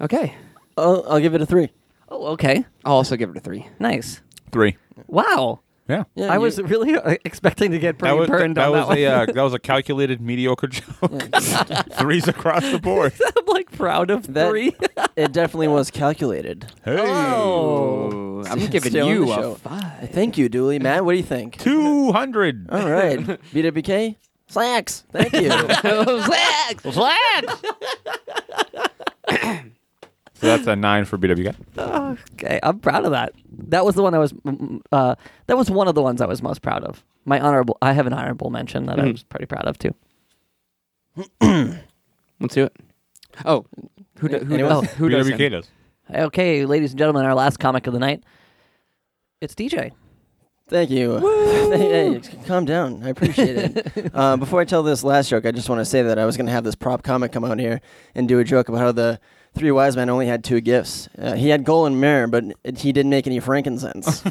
Speaker 3: Okay.
Speaker 4: I'll, I'll give it a three.
Speaker 2: oh, okay.
Speaker 3: I'll also give it a three.
Speaker 2: Nice.
Speaker 1: Three.
Speaker 2: Wow.
Speaker 1: Yeah.
Speaker 4: Yeah,
Speaker 2: I
Speaker 4: you-
Speaker 2: was really uh, expecting to get pretty
Speaker 1: That was,
Speaker 2: burned
Speaker 1: that
Speaker 2: on
Speaker 1: was
Speaker 2: that
Speaker 1: a
Speaker 2: one.
Speaker 1: uh, that was a calculated mediocre joke. Threes across the board.
Speaker 2: I'm like proud of
Speaker 4: That-
Speaker 2: three.
Speaker 4: It definitely was calculated.
Speaker 1: Hey,
Speaker 3: Oh, I'm giving
Speaker 4: Still on
Speaker 3: you
Speaker 4: the
Speaker 3: a
Speaker 4: show.
Speaker 3: five.
Speaker 4: Thank you, Dooley. Matt, what do you think?
Speaker 1: two hundred.
Speaker 4: All right. BWK? Slacks. Thank you.
Speaker 2: Slack, slack.
Speaker 1: So that's a nine for BWK.
Speaker 2: Okay, I'm proud of that. That was the one I was. mm, Uh, that was one of the ones I was most proud of. My honorable. I have an honorable mention that
Speaker 1: Mm-hmm.
Speaker 2: I was pretty proud of too.
Speaker 3: Let's do it. Oh, who do, who
Speaker 4: Anyone?
Speaker 3: does, who does
Speaker 1: BWK
Speaker 3: him?
Speaker 1: does.
Speaker 2: Okay, ladies and gentlemen, our last comic of the night. It's DJ.
Speaker 4: Thank you. Hey, hey, calm down. I appreciate it. uh, before I tell this last joke, I just want to say that I was going to have this prop comic come out here and do a joke about how the three wise men only had two gifts. Uh, he had gold and myrrh, but it, he didn't make any frankincense.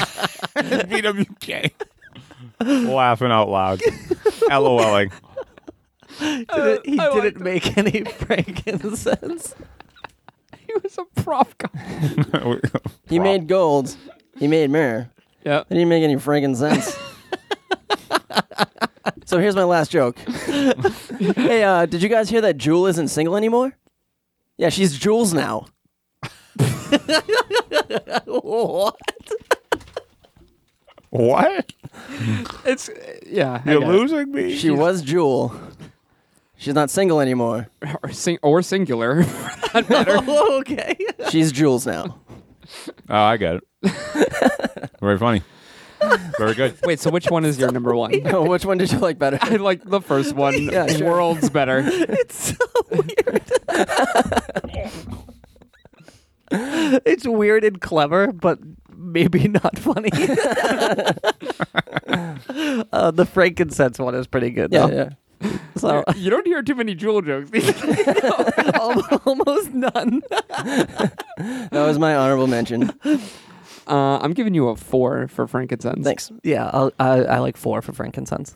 Speaker 1: BWK. Laughing out loud. LOLing.
Speaker 2: Did it- he didn't make any frankincense.
Speaker 3: He was a prof guy.
Speaker 4: he made gold. He made myrrh.
Speaker 3: Yeah.
Speaker 4: They didn't make any frankincense. so here's my last joke. hey, uh, did you guys hear that Jewel isn't single anymore? Yeah, she's Jules now.
Speaker 2: What?
Speaker 1: What?
Speaker 3: It's yeah. I
Speaker 1: You're
Speaker 3: get it.
Speaker 1: losing me?
Speaker 4: She was Jewel. She's not single anymore.
Speaker 3: or, sing- or singular.
Speaker 2: Oh, okay.
Speaker 4: She's Jules now.
Speaker 1: Oh, I got it. Very funny. Very good.
Speaker 3: Wait, so which one is your number one?
Speaker 4: Oh, Which one did you like better?
Speaker 3: I like the first one.
Speaker 4: Yeah, sure.
Speaker 3: World's better.
Speaker 2: It's so weird. it's weird and clever, but maybe not funny. uh, the frankincense one is pretty good,
Speaker 4: Yeah,
Speaker 2: though.
Speaker 4: yeah.
Speaker 2: So
Speaker 3: You don't hear too many jewel jokes.
Speaker 2: al- almost none.
Speaker 4: That was my honorable mention.
Speaker 3: Uh, I'm giving you a four for frankincense.
Speaker 4: Thanks.
Speaker 2: yeah, I'll, I, I like four for frankincense.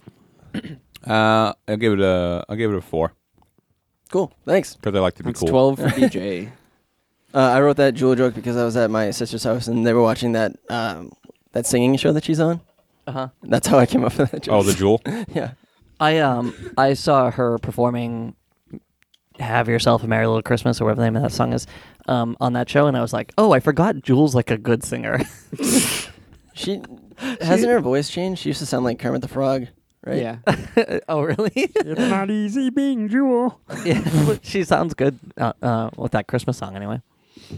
Speaker 1: Uh, I'll give it a I'll give it a four
Speaker 4: Cool. Thanks.
Speaker 1: because I like to be
Speaker 3: That's
Speaker 1: cool.
Speaker 3: twelve for DJ.
Speaker 4: Uh, I wrote that Jewel joke because I was at my sister's house and they were watching that um, that singing show that she's on.
Speaker 2: Uh huh.
Speaker 4: That's how I came up with that joke.
Speaker 1: Oh, the jewel.
Speaker 4: yeah.
Speaker 2: I um I saw her performing "Have Yourself a Merry Little Christmas" or whatever the name of that song is um, on that show, and I was like, oh, I forgot Jules like a good singer.
Speaker 4: She hasn't her voice changed. She used to sound like Kermit the Frog, right?
Speaker 3: Yeah.
Speaker 2: oh, really?
Speaker 3: it's not easy being jewel.
Speaker 2: yeah, she sounds good uh, uh, with that Christmas song anyway.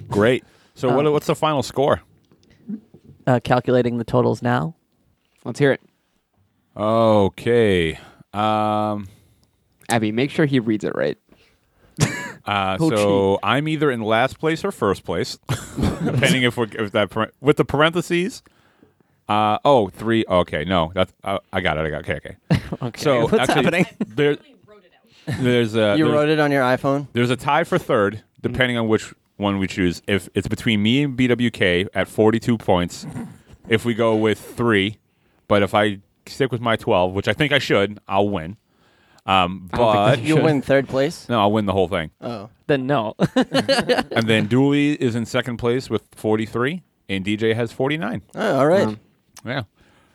Speaker 1: Great. So what,
Speaker 2: Um,
Speaker 1: what's the final score?
Speaker 2: Uh, calculating the totals now.
Speaker 3: Let's hear it.
Speaker 1: Okay. Um,
Speaker 3: Abby, make sure he reads it right.
Speaker 1: Uh,
Speaker 2: Ho
Speaker 1: so I'm either in last place or first place, depending if we're if that par- with the parentheses. Uh, oh, three. Okay, no, that's uh, I got it. I got okay. Okay.
Speaker 2: Okay,
Speaker 1: So
Speaker 2: what's
Speaker 1: actually,
Speaker 2: happening?
Speaker 1: There, there's a
Speaker 4: You
Speaker 1: there's,
Speaker 4: wrote it on your iPhone.
Speaker 1: there's a tie for third,
Speaker 3: Mm-hmm.
Speaker 1: depending on which one we choose. If it's between me and BWK at 42 points, if we go with three, but if I stick with my 12, which I think I should, I'll win. Um,
Speaker 3: don't think
Speaker 1: but
Speaker 3: that Uh.
Speaker 4: You'll win third place.
Speaker 1: no, I'll win the whole thing.
Speaker 4: Oh,
Speaker 2: Then no.
Speaker 1: and then Dooley is in second place with 43, and DJ has 49.
Speaker 4: oh all right.
Speaker 3: Um,
Speaker 1: Yeah,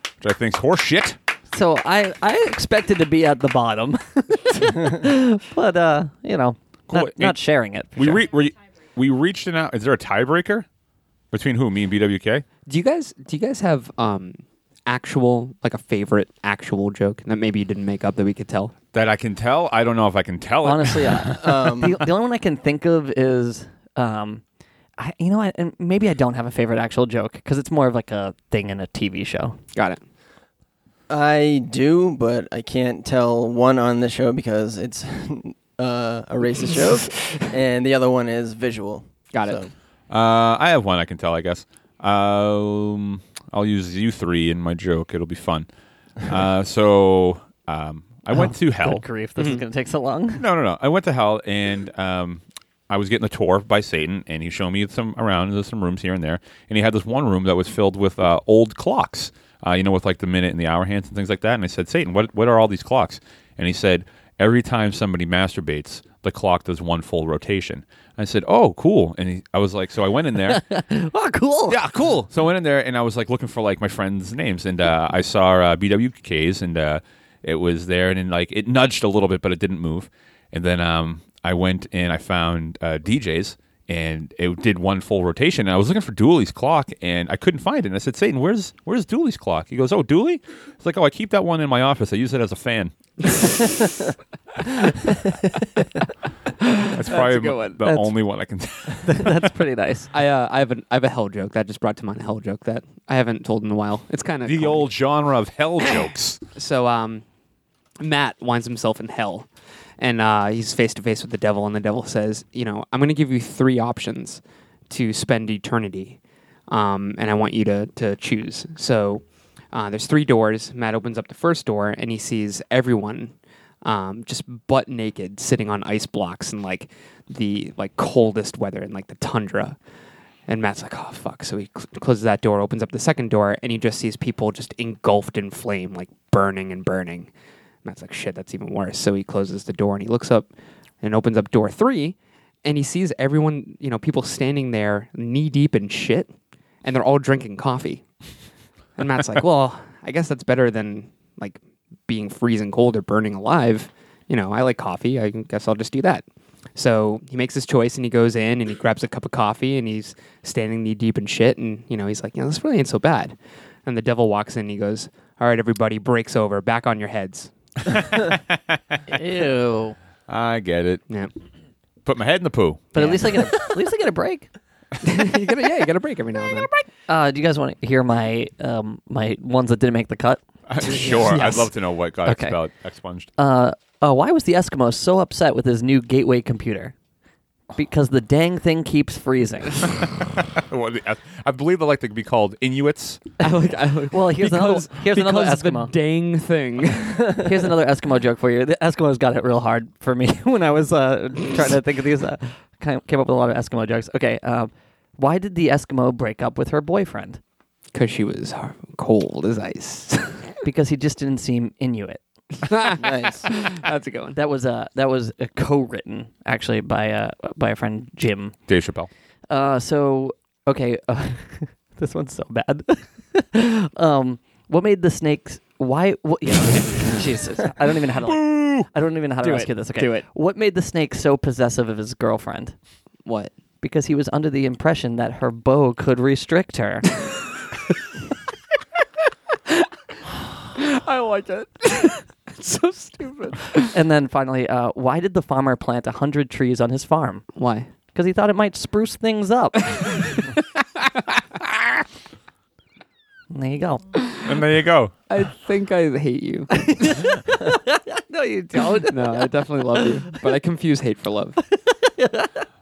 Speaker 1: which I think's horse shit.
Speaker 2: so I I expected to be at the bottom, but uh, you know,
Speaker 1: Cool.
Speaker 2: not, not sharing it. for
Speaker 1: We
Speaker 2: sure.
Speaker 1: re- we we reached an out. Is there a tiebreaker between who? Me and BWK.
Speaker 3: Do you guys do you guys have um actual like a favorite actual joke that maybe you didn't make up that we could tell?
Speaker 1: That I can tell. I don't know if I can tell. it.
Speaker 2: Honestly, I,
Speaker 4: um,
Speaker 2: the, the only one I can think of is, um, I, you know, I, and maybe I don't have a favorite actual joke because it's more of like a thing in a TV show.
Speaker 3: Got it.
Speaker 4: I do, but I can't tell one on the show because it's uh, a racist joke, and the other one is visual.
Speaker 3: Got it.
Speaker 1: Uh, I have one I can tell, I guess. Um, I'll use you three in my joke. It'll be fun. Uh, so um, I went to hell.
Speaker 2: Oh, Good grief, this is going to take so long.
Speaker 1: No, no, no. I went to hell and um, I was getting a tour by Satan, and he showed me some around. There's some rooms here and there, and he had this one room that was filled with uh, old clocks. Uh, you know, with like the minute and the hour hands and things like that. And I said, Satan, what what are all these clocks? And he said, every time somebody masturbates, the clock does one full rotation. I said, oh, cool. And he, I was like, so I went in there.
Speaker 2: Oh, cool.
Speaker 1: Yeah, cool. So I went in there and I was like looking for like my friends' names, and uh, I saw uh, BWKs, and uh, it was there, and then, like it nudged a little bit, but it didn't move. And then um, I went and I found uh, DJs, and it did one full rotation. And I was looking for Dooley's clock, and I couldn't find it. And I said, Satan, where's where's Dooley's clock? He goes, Oh, Dooley. It's like, oh, I keep that one in my office. I use it as a fan. That's probably
Speaker 3: good one.
Speaker 1: the
Speaker 2: That's-
Speaker 1: only one I can.
Speaker 2: That's pretty nice.
Speaker 3: I uh, I have an I have a hell joke that just brought to mind a hell joke that I haven't told in a while. It's kind of
Speaker 1: the old genre of hell jokes.
Speaker 3: So um, Matt winds himself in hell, and uh, he's face to face with the devil, and the devil says, "You know, I'm going to give you three options to spend eternity, um, and I want you to to choose." So uh, there's three doors. Matt opens up the first door, and he sees everyone. Um, just butt naked, sitting on ice blocks in like the like coldest weather in like the tundra, and Matt's like, oh, fuck. So he cl- closes that door, opens up the second door, and he just sees people just engulfed in flame, like burning and burning. Matt's like, shit, that's even worse. So he closes the door and he looks up and opens up door three, and he sees everyone, you know, people standing there knee deep in shit, and they're all drinking coffee. And Matt's like, well, I guess that's better than like being freezing cold or burning alive. You know, I like coffee. I guess I'll just do that. So he makes his choice and he goes in and he grabs a cup of coffee and he's standing knee deep in shit. And, you know, he's like, you know, this really ain't so bad. And the devil walks in and he goes, all right, everybody, breaks over, back on your heads.
Speaker 2: Ew.
Speaker 1: I get it.
Speaker 3: Yeah.
Speaker 1: Put my head in the poo.
Speaker 2: But at
Speaker 3: Yeah.
Speaker 2: least I get a, at least I get a break.
Speaker 3: you gotta, yeah, you got to break every now and then.
Speaker 2: Uh, do you guys want to hear my um, my ones that didn't make the cut?
Speaker 1: sure.
Speaker 3: Yes.
Speaker 1: I'd love to know what got
Speaker 2: Okay.
Speaker 1: expelled, expunged.
Speaker 2: Uh, oh, why was the Eskimo so upset with his new gateway computer? Because the dang thing keeps freezing.
Speaker 1: Well, Uh, the- I- I believe they like to be called Inuits.
Speaker 3: I like, I like,
Speaker 2: Well, here's another-
Speaker 3: because-
Speaker 2: here's another
Speaker 3: because the
Speaker 2: Eskimo.
Speaker 3: dang thing.
Speaker 2: Here's another Eskimo joke for you. The Eskimos got it real hard for me when I was uh, trying to think of these. Uh, kind of came up with a lot of Eskimo jokes. Okay, um, why did the Eskimo break up with her boyfriend?
Speaker 3: Because she was hard- cold as ice.
Speaker 2: Because he just didn't seem Inuit.
Speaker 4: Nice.
Speaker 3: That's a good one.
Speaker 2: That was uh, that was uh, co-written actually by uh, by a friend Jim.
Speaker 1: Dave Chappelle.
Speaker 2: Uh, so okay, uh, this one's so bad. um, what made the snakes? Why? What, yeah, okay. Jesus, I don't even know how to. Like, I don't even know how
Speaker 3: Do
Speaker 2: to
Speaker 3: it.
Speaker 2: ask you this. Okay,
Speaker 3: Do it.
Speaker 2: What made the snake so possessive of his girlfriend?
Speaker 3: What?
Speaker 2: Because he was under the impression that her bow could restrict her.
Speaker 3: I like it. it's so stupid.
Speaker 2: and then finally, uh, why did the farmer plant a hundred trees on his farm?
Speaker 3: Why?
Speaker 2: Because he thought it might spruce things up. there you go.
Speaker 1: And there you go.
Speaker 3: I think I hate you.
Speaker 2: No, you don't.
Speaker 3: no, I definitely love you, but I confuse hate for love.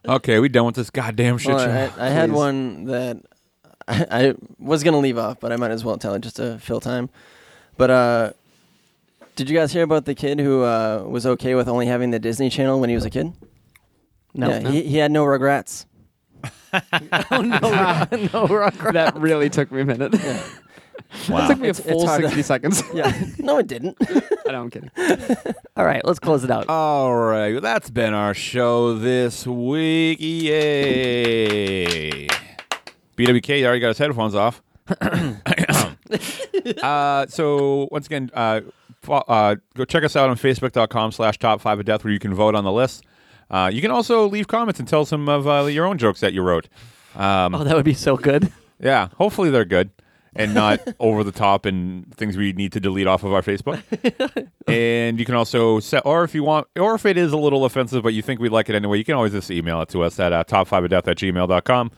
Speaker 1: Okay, we done with this goddamn shit
Speaker 4: Well,
Speaker 1: show.
Speaker 4: I, I had Please. one that I, I was gonna leave off, but I might as well tell it just to fill time. But uh, did you guys hear about the kid who uh, was okay with only having the Disney Channel when he was a kid?
Speaker 2: No.
Speaker 4: Yeah, He, he had no regrets.
Speaker 2: oh, no, no, Rugrats.
Speaker 3: that really took me a minute.
Speaker 1: Wow.
Speaker 3: it took me
Speaker 4: It's-
Speaker 3: a
Speaker 4: it's
Speaker 3: full
Speaker 4: hard to-
Speaker 3: 60 seconds.
Speaker 4: Yeah, no, it didn't.
Speaker 3: I know, I'm kidding.
Speaker 2: All right, let's close it out.
Speaker 1: All right, well, that's been our show this week. Yay! BWK already got his headphones off. uh, so once again, uh, fo- uh, go check us out on Facebook.com slash Top Five of Death, where you can vote on the list. Uh, you can also leave comments and tell some of uh, your own jokes that you wrote. Um,
Speaker 2: Oh, that would be so good.
Speaker 1: yeah, hopefully they're good and not over the top and things we need to delete off of our Facebook. and you can also set, or if you want, or if it is a little offensive, but you think we like it anyway, you can always just email it to us at uh, top5ofdeath at gmail.com.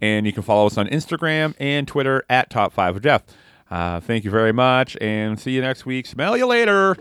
Speaker 1: And you can follow us on Instagram and Twitter at top5ofdeath. Uh, thank you very much and see you next week. Smell you later.